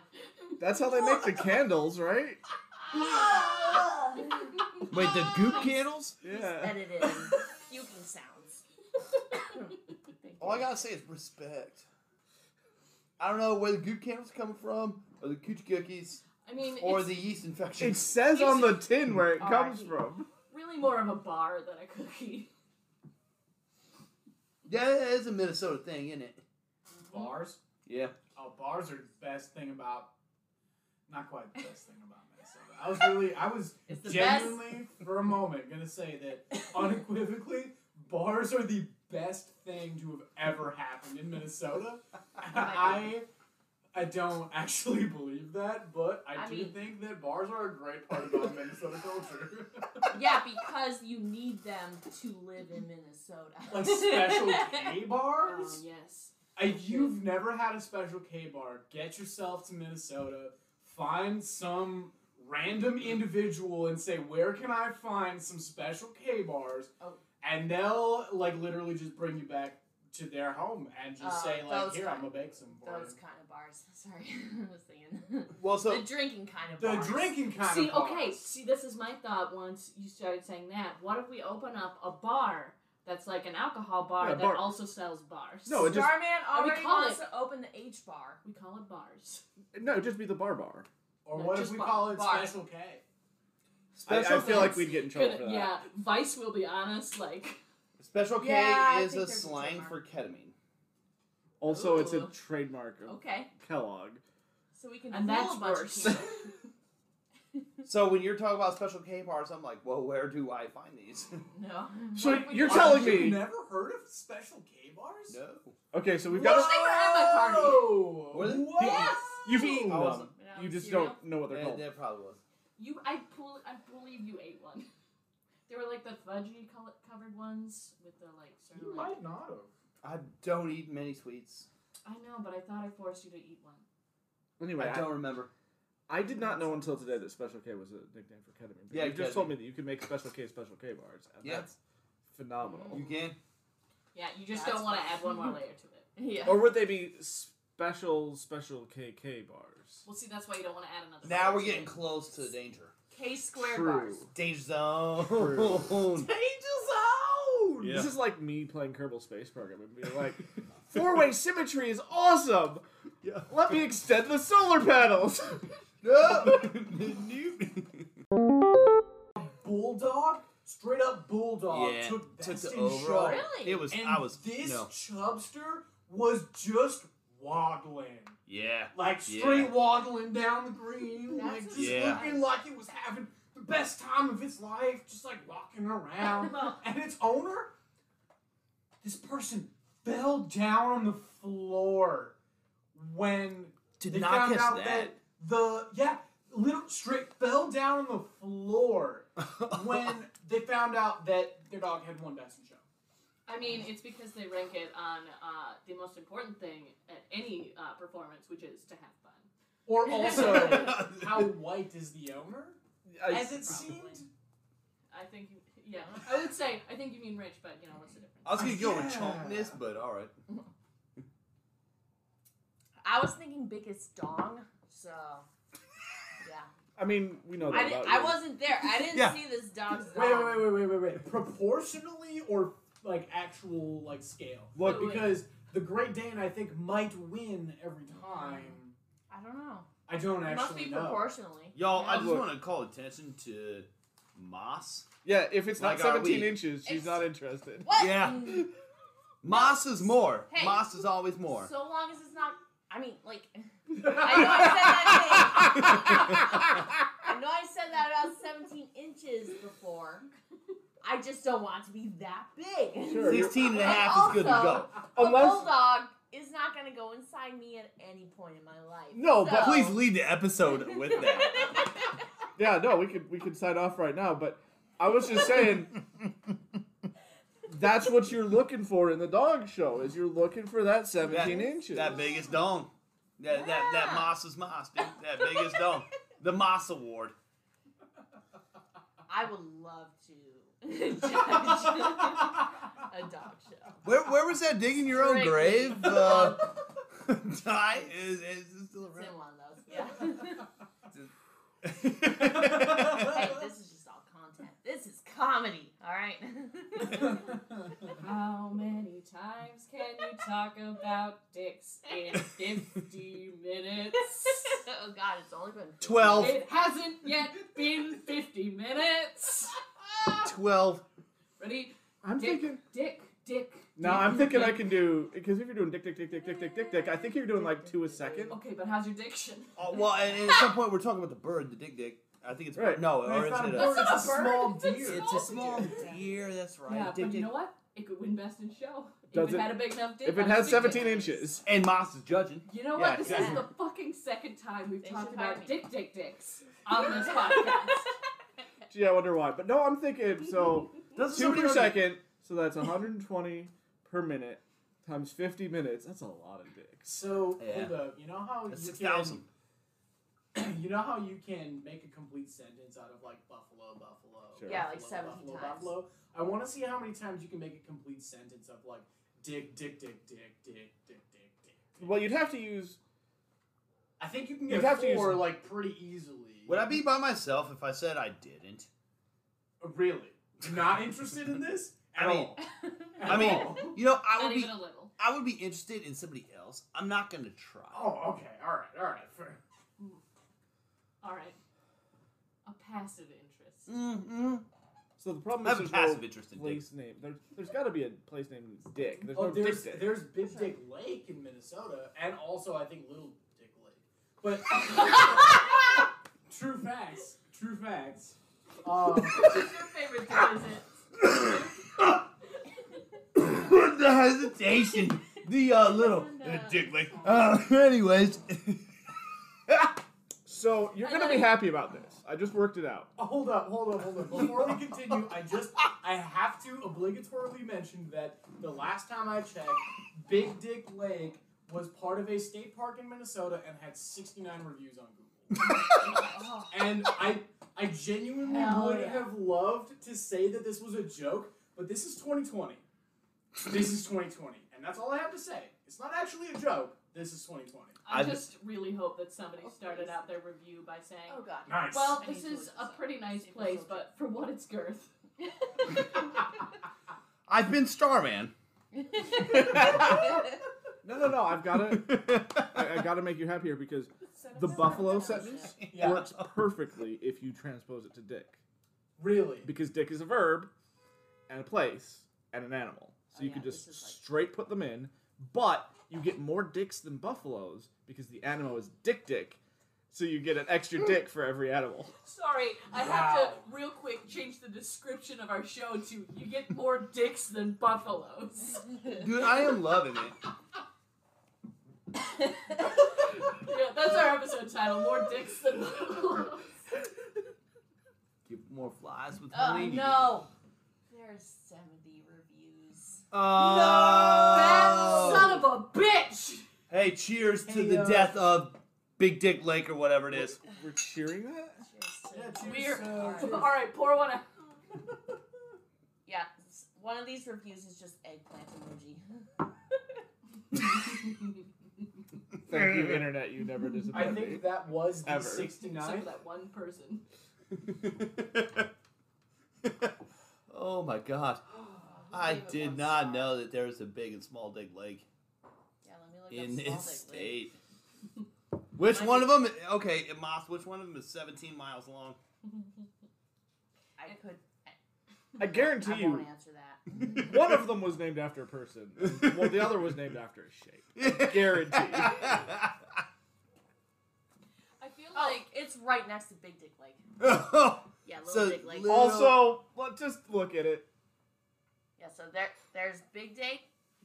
Speaker 3: That's how they make the candles, right?
Speaker 1: Wait, the goop candles?
Speaker 3: Yeah.
Speaker 6: Edit in puking sounds.
Speaker 1: All I gotta say is respect. I don't know where the goop candles come from, or the coochie cookies,
Speaker 2: I mean,
Speaker 1: or
Speaker 2: it's
Speaker 1: the yeast infection.
Speaker 3: It says on the tin where it comes
Speaker 2: Alright.
Speaker 3: from.
Speaker 2: really more of a bar than a cookie.
Speaker 1: Yeah, it is a Minnesota thing, isn't it?
Speaker 4: Bars?
Speaker 1: Yeah.
Speaker 4: Oh, bars are the best thing about. Not quite the best thing about Minnesota. I was really, I was
Speaker 6: It's the
Speaker 4: genuinely for a moment gonna say that
Speaker 2: Um,
Speaker 4: unequivocally, bars are the best thing to have ever happened in Minnesota.
Speaker 6: Oh
Speaker 4: I, I don't actually believe that, but I,
Speaker 6: I
Speaker 4: do
Speaker 6: mean-
Speaker 4: think that bars are a great part about Minnesota culture.
Speaker 6: best. Yeah, because you need them to live in Minnesota.
Speaker 4: like special K
Speaker 2: Oh,
Speaker 6: Um,
Speaker 4: bars.
Speaker 2: yes.
Speaker 4: If you've never had a special K bar, get yourself to Minnesota, find some random individual and say, Where can I find some special K bars?
Speaker 6: Oh.
Speaker 4: And they'll like literally just bring you back to their home and just
Speaker 6: Uh,
Speaker 4: say, like,
Speaker 6: those
Speaker 4: here, I'm
Speaker 6: kind-
Speaker 4: gonna bake some for
Speaker 6: Those kind of bars. Sorry, I was singing.
Speaker 1: Well,
Speaker 6: the
Speaker 1: so
Speaker 6: drinking kind of
Speaker 4: you. The
Speaker 6: bars.
Speaker 4: drinking kind
Speaker 2: see,
Speaker 4: of bars.
Speaker 2: okay, see, this is my thought once you started saying that. What if we open up a bar that's like an alcohol bar
Speaker 3: Yeah,
Speaker 2: that
Speaker 3: bar.
Speaker 2: also sells bars?
Speaker 3: No, it just
Speaker 6: Starman
Speaker 2: And we
Speaker 6: already
Speaker 2: call
Speaker 6: wants
Speaker 2: it-
Speaker 6: to open the H bar.
Speaker 2: We call it bars.
Speaker 3: no, it'd just be the bar bar.
Speaker 4: Or
Speaker 2: No,
Speaker 4: what if
Speaker 2: just
Speaker 4: we
Speaker 2: bar-
Speaker 4: call it
Speaker 6: bar.
Speaker 4: special K?
Speaker 3: I, I
Speaker 1: special
Speaker 3: feel like
Speaker 1: K-
Speaker 3: we'd get in trouble
Speaker 2: Good-
Speaker 3: for that.
Speaker 2: yeah, Vice will be honest. Like,
Speaker 1: special K
Speaker 6: Yeah, I
Speaker 1: is
Speaker 6: think
Speaker 1: a
Speaker 6: there's a
Speaker 1: slang
Speaker 6: trademark.
Speaker 1: for ketamine.
Speaker 3: Also, it's a
Speaker 2: Ooh.
Speaker 3: trademark of
Speaker 6: Okay,
Speaker 3: Kellogg.
Speaker 6: so we can
Speaker 2: and
Speaker 6: fool
Speaker 2: that's
Speaker 6: a bunch
Speaker 2: worse.
Speaker 6: of people.
Speaker 1: So when you're talking about special K bars, I'm like, well, where do I find these?
Speaker 6: No.
Speaker 3: So
Speaker 6: What if we
Speaker 3: you're
Speaker 6: call
Speaker 3: telling
Speaker 6: it-
Speaker 4: You've
Speaker 3: me-
Speaker 4: never heard of special K bars?
Speaker 1: no.
Speaker 3: Okay, so we've
Speaker 6: Well,
Speaker 3: got.
Speaker 6: they were at my party.
Speaker 4: Whoa!
Speaker 1: Were they?
Speaker 4: What?
Speaker 6: Yes.
Speaker 3: You've eaten
Speaker 1: I was-
Speaker 3: them.
Speaker 6: No,
Speaker 3: You just
Speaker 6: cereal?
Speaker 3: don't know what they're
Speaker 1: Yeah,
Speaker 3: called.
Speaker 1: that probably was.
Speaker 2: You, I pull, I believe you ate one. They were like the fudgy col- covered ones with the like sort
Speaker 4: You
Speaker 2: of like.
Speaker 4: might not have.
Speaker 1: I don't eat many sweets.
Speaker 2: I know, but I thought I forced you to eat one.
Speaker 3: Anyway,
Speaker 1: I don't remember.
Speaker 3: I did not know until today that Special K was a nickname for ketamine. But
Speaker 1: Yeah,
Speaker 3: you just
Speaker 1: ketamine.
Speaker 3: told me that you could make Special K Special K bars, and
Speaker 1: Yeah.
Speaker 3: that's phenomenal.
Speaker 1: You can?
Speaker 2: Yeah, you just
Speaker 6: That's
Speaker 2: don't want to
Speaker 6: fine.
Speaker 2: add one more layer to it.
Speaker 6: Yeah.
Speaker 3: Or would they be special Special KK bars?
Speaker 2: Well, see, that's why you don't want to add another.
Speaker 1: Now
Speaker 2: layer
Speaker 1: we're
Speaker 2: to
Speaker 1: getting
Speaker 2: it.
Speaker 1: close to danger.
Speaker 6: K square
Speaker 3: True.
Speaker 6: bars.
Speaker 1: Danger zone.
Speaker 3: True.
Speaker 1: Danger zone.
Speaker 3: This is like me playing Kerbal Space Program and being like, four way symmetry is awesome.
Speaker 1: Yeah.
Speaker 3: Let me extend the solar panels.
Speaker 4: bulldog, straight up bulldog,
Speaker 1: Yeah,
Speaker 4: took
Speaker 1: took
Speaker 4: best
Speaker 1: the
Speaker 4: in
Speaker 1: overall.
Speaker 4: show.
Speaker 6: Really?
Speaker 1: It was.
Speaker 4: And
Speaker 1: I was.
Speaker 4: this
Speaker 1: no.
Speaker 4: chubster was just waddling,
Speaker 1: Yeah.
Speaker 4: like
Speaker 1: Yeah.
Speaker 4: straight waddling down the green,
Speaker 6: That's
Speaker 4: like just
Speaker 1: Yeah.
Speaker 4: looking like it was having the best time of its life, just like walking around.
Speaker 6: Well,
Speaker 4: and its owner, this person fell down on the floor when
Speaker 1: Did
Speaker 4: they
Speaker 1: not
Speaker 4: found
Speaker 1: catch
Speaker 4: out
Speaker 1: that.
Speaker 4: the yeah, little straight fell down on the floor when they found out that their dog had won Best in Show.
Speaker 2: I mean, it's because they rank it on uh, the most important thing at any uh, performance, which is to have fun.
Speaker 4: Or also, how white is the owner? As it
Speaker 2: Probably.
Speaker 4: seemed.
Speaker 2: I think, you, yeah, I would say I think you mean rich, but you know what's the difference?
Speaker 1: I was gonna go with
Speaker 4: Yeah.
Speaker 1: chompness, but all right.
Speaker 6: I was thinking biggest dong, so yeah.
Speaker 3: I mean, we know that
Speaker 6: I
Speaker 3: about
Speaker 6: didn't.
Speaker 3: you.
Speaker 6: I wasn't there. I didn't
Speaker 1: Yeah.
Speaker 6: see this dog's dong.
Speaker 4: Wait, wait, wait, wait, wait, wait. Proportionally or like actual like scale?
Speaker 3: Look,
Speaker 2: Wait, wait.
Speaker 4: because the Great Dane I think might win every time.
Speaker 6: I don't know.
Speaker 4: I don't
Speaker 6: It
Speaker 4: actually
Speaker 6: must be
Speaker 4: know.
Speaker 6: proportionally.
Speaker 1: Y'all, I
Speaker 6: Yeah.
Speaker 1: just
Speaker 3: Look.
Speaker 1: want to call attention to Moss.
Speaker 3: yeah, if it's not
Speaker 1: Like, are
Speaker 3: 17
Speaker 1: we-
Speaker 3: inches, she's
Speaker 6: It's-
Speaker 3: not interested.
Speaker 6: What?
Speaker 1: Yeah.
Speaker 6: Mm.
Speaker 1: Moss is more.
Speaker 2: Hey.
Speaker 1: Moss is always more.
Speaker 2: So long as it's not. I mean, like,
Speaker 6: I know I said that. I know I said that about 17 inches before. I just don't want it to be that big.
Speaker 3: Sure.
Speaker 1: 16 and a
Speaker 6: And
Speaker 1: half is good to go.
Speaker 6: also- A
Speaker 3: Unless
Speaker 6: bulldog is not going to go inside me at any point in my life.
Speaker 3: No,
Speaker 6: So-
Speaker 3: but
Speaker 1: Please lead the episode with that.
Speaker 3: yeah, no, we could we could sign off right now. But I was just saying, that's what you're looking for in the dog show. Is you're looking for that 17
Speaker 1: That-
Speaker 3: inches.
Speaker 1: That biggest dome. That, that, that
Speaker 6: Yeah.
Speaker 1: Moss is Moss, dude. That biggest dome. The Moss Award.
Speaker 6: I would love to judge a dog show.
Speaker 1: Where, where was that digging your own
Speaker 6: Great.
Speaker 1: grave? Uh, Ty is, is it still
Speaker 6: It's in
Speaker 1: around.
Speaker 6: one of those. Yeah. hey, this is just all content. This is comedy. All right.
Speaker 2: how many times can you talk about dicks in 50 minutes?
Speaker 6: oh God, it's only been
Speaker 1: 12,
Speaker 2: It hasn't yet been 50 minutes.
Speaker 1: 12.
Speaker 2: Ready?
Speaker 3: I'm
Speaker 2: Dick,
Speaker 3: thinking.
Speaker 2: dick, dick.
Speaker 3: No,
Speaker 2: dick,
Speaker 3: I'm thinking I
Speaker 2: dick.
Speaker 3: can do because if you're doing dick, dick, dick, dick, dick, dick, dick, dick, I think you're doing like two a second.
Speaker 2: Okay, but how's your diction?
Speaker 1: Oh, well, and, and at some point we're talking about the bird, the dick dick. I think it's
Speaker 3: Right.
Speaker 1: no,
Speaker 4: I mean,
Speaker 1: or
Speaker 4: it's
Speaker 1: is
Speaker 4: not a
Speaker 1: it
Speaker 4: bird,
Speaker 1: a,
Speaker 2: It's a
Speaker 4: it's a small
Speaker 2: bird.
Speaker 4: deer.
Speaker 1: it's a small deer? That's right.
Speaker 2: Yeah,
Speaker 1: dick
Speaker 2: but
Speaker 1: dick.
Speaker 2: you know what? It could win best in show.
Speaker 3: Does
Speaker 2: if it,
Speaker 3: it-
Speaker 2: had a big enough dick.
Speaker 3: If
Speaker 2: on
Speaker 3: it
Speaker 2: a
Speaker 3: has
Speaker 2: big dick.
Speaker 3: 17 inches,
Speaker 1: And Moss is judging.
Speaker 2: You know
Speaker 1: Yeah,
Speaker 2: what? This is
Speaker 1: exactly.
Speaker 2: the fucking second time we've
Speaker 6: They
Speaker 2: talked
Speaker 6: should hire
Speaker 2: about
Speaker 6: me.
Speaker 2: dick dick dicks on this podcast.
Speaker 3: gee, I wonder why. But no, I'm thinking so
Speaker 1: Doesn't
Speaker 3: two
Speaker 1: somebody
Speaker 3: per
Speaker 1: know that-
Speaker 3: second, so that's 120 per minute times 50 minutes. That's a lot of dicks.
Speaker 4: So
Speaker 1: Yeah.
Speaker 4: hold up. You know how
Speaker 1: That's
Speaker 4: you
Speaker 1: six
Speaker 4: can-
Speaker 1: thousand.
Speaker 4: you know how you can make a complete sentence out of like buffalo, buffalo.
Speaker 3: Sure.
Speaker 6: Yeah,
Speaker 4: buffalo,
Speaker 6: like 17
Speaker 4: buffalo,
Speaker 6: times.
Speaker 4: Buffalo. I want to see how many times you can make a complete sentence of like dick, dick, dick, dick, dick, dick, dick, dick. dick.
Speaker 3: Well, you'd have to use
Speaker 4: I think you can
Speaker 3: you'd
Speaker 4: get
Speaker 3: have to use-
Speaker 4: four like pretty easily.
Speaker 1: Would I be by myself if I said I didn't?
Speaker 4: Uh, really not interested in this
Speaker 1: I
Speaker 4: at
Speaker 1: mean-
Speaker 4: all? At
Speaker 1: I mean,
Speaker 4: all.
Speaker 1: you know, I
Speaker 2: Not
Speaker 1: would be
Speaker 2: even a little.
Speaker 1: I would be interested in somebody else. I'm not gonna try.
Speaker 4: Oh, okay, all right, all right. Fair.
Speaker 2: All right. A passive interest.
Speaker 1: Mm-hmm.
Speaker 3: So the problem
Speaker 1: I
Speaker 3: is
Speaker 1: have a
Speaker 3: there's
Speaker 1: passive
Speaker 3: no
Speaker 1: interest in dicks.
Speaker 3: place name. There's, there's got to be a place named Dick. There's
Speaker 4: oh,
Speaker 3: no
Speaker 4: there's
Speaker 3: Dick Dick.
Speaker 4: there's Big Dick Lake in Minnesota, and also I think Little Dick Lake. But true facts, true facts. Um,
Speaker 6: Which is your favorite dick? Is it?
Speaker 1: the hesitation, the uh,
Speaker 6: Oh,
Speaker 1: little uh, dick like. Uh, anyways,
Speaker 3: so you're gonna be happy about this. I just worked it out.
Speaker 4: oh, hold up, hold up, hold up. Before we continue, I just I have to obligatorily mention that the last time I checked, Big Dick Lake was part of a state park in Minnesota and had 69 reviews on Google.
Speaker 6: Oh,
Speaker 4: And I I genuinely
Speaker 6: Hell
Speaker 4: would
Speaker 6: yeah.
Speaker 4: have loved to say that this was a joke, but this is 2020. This is 2020, and that's all I have to say. It's not actually a joke. This is 2020.
Speaker 2: I
Speaker 1: I've-
Speaker 2: just really hope that somebody
Speaker 6: Oh,
Speaker 2: started
Speaker 6: please.
Speaker 2: out their review by saying,
Speaker 6: oh God.
Speaker 4: Nice.
Speaker 2: "Well,
Speaker 6: I
Speaker 2: this
Speaker 6: need to
Speaker 2: is
Speaker 6: look
Speaker 2: a
Speaker 6: this up.
Speaker 2: pretty nice
Speaker 6: See if
Speaker 2: place,
Speaker 6: it's okay."
Speaker 2: but for what it's girth."
Speaker 1: I've been Starman.
Speaker 3: No, no, no. I've got to. I, I got to make you happier because the buffalo sentence
Speaker 4: Yeah.
Speaker 3: works perfectly if you transpose it to Dick,
Speaker 4: really?
Speaker 3: because Dick is a verb, and a place, and an animal. So
Speaker 6: Oh,
Speaker 3: you
Speaker 6: yeah,
Speaker 3: can
Speaker 6: this
Speaker 3: just
Speaker 6: is like-
Speaker 3: straight put them in, but you get more dicks than buffaloes because the animal is Dick Dick. So you get an extra dick for every animal.
Speaker 2: Sorry, I have to
Speaker 4: Wow.
Speaker 2: real quick change the description of our show to "You get more dicks than buffaloes."
Speaker 1: Dude, I am loving it.
Speaker 2: yeah, that's our episode title: "More Dicks Than Buffaloes."
Speaker 1: Get more flies with
Speaker 6: Oh
Speaker 1: honey.
Speaker 6: no. There's 70 reviews.
Speaker 1: Oh.
Speaker 2: Son of a bitch!
Speaker 1: Hey, cheers to
Speaker 4: Hey,
Speaker 1: the
Speaker 4: uh,
Speaker 1: death of Big Dick Lake or whatever it is.
Speaker 3: We're cheering that.
Speaker 4: Yeah,
Speaker 6: Cheers.
Speaker 4: cheers,
Speaker 2: We're-
Speaker 4: uh,
Speaker 2: All
Speaker 4: cheers.
Speaker 2: right, pour one out.
Speaker 6: Yeah, s- one of these reviews is just eggplant emoji.
Speaker 3: Thank you, internet. You never
Speaker 4: I
Speaker 3: disappoint me.
Speaker 4: think that was the
Speaker 3: Ever.
Speaker 2: Except
Speaker 4: 69.
Speaker 2: for that one person.
Speaker 1: oh my god. I did not know that there was a big and small dick lake
Speaker 6: Yeah, let me
Speaker 1: in
Speaker 6: look up small
Speaker 1: this
Speaker 6: dick lake.
Speaker 1: state. Which
Speaker 6: Mine
Speaker 1: one of them? Okay, Moss. Which one of them is 17 miles long?
Speaker 6: I could.
Speaker 3: I guarantee
Speaker 6: I
Speaker 3: you,
Speaker 6: won't answer that.
Speaker 3: One of them was named after a person. and- Well, the other was named after a shape. Guaranteed.
Speaker 2: I feel
Speaker 6: Oh,
Speaker 2: like
Speaker 6: it's right next to Big Dick Lake. Yeah, Little
Speaker 1: So,
Speaker 6: Dick Lake.
Speaker 1: li-
Speaker 3: Also, let just look at it.
Speaker 6: yeah, so there, there's Big Dick,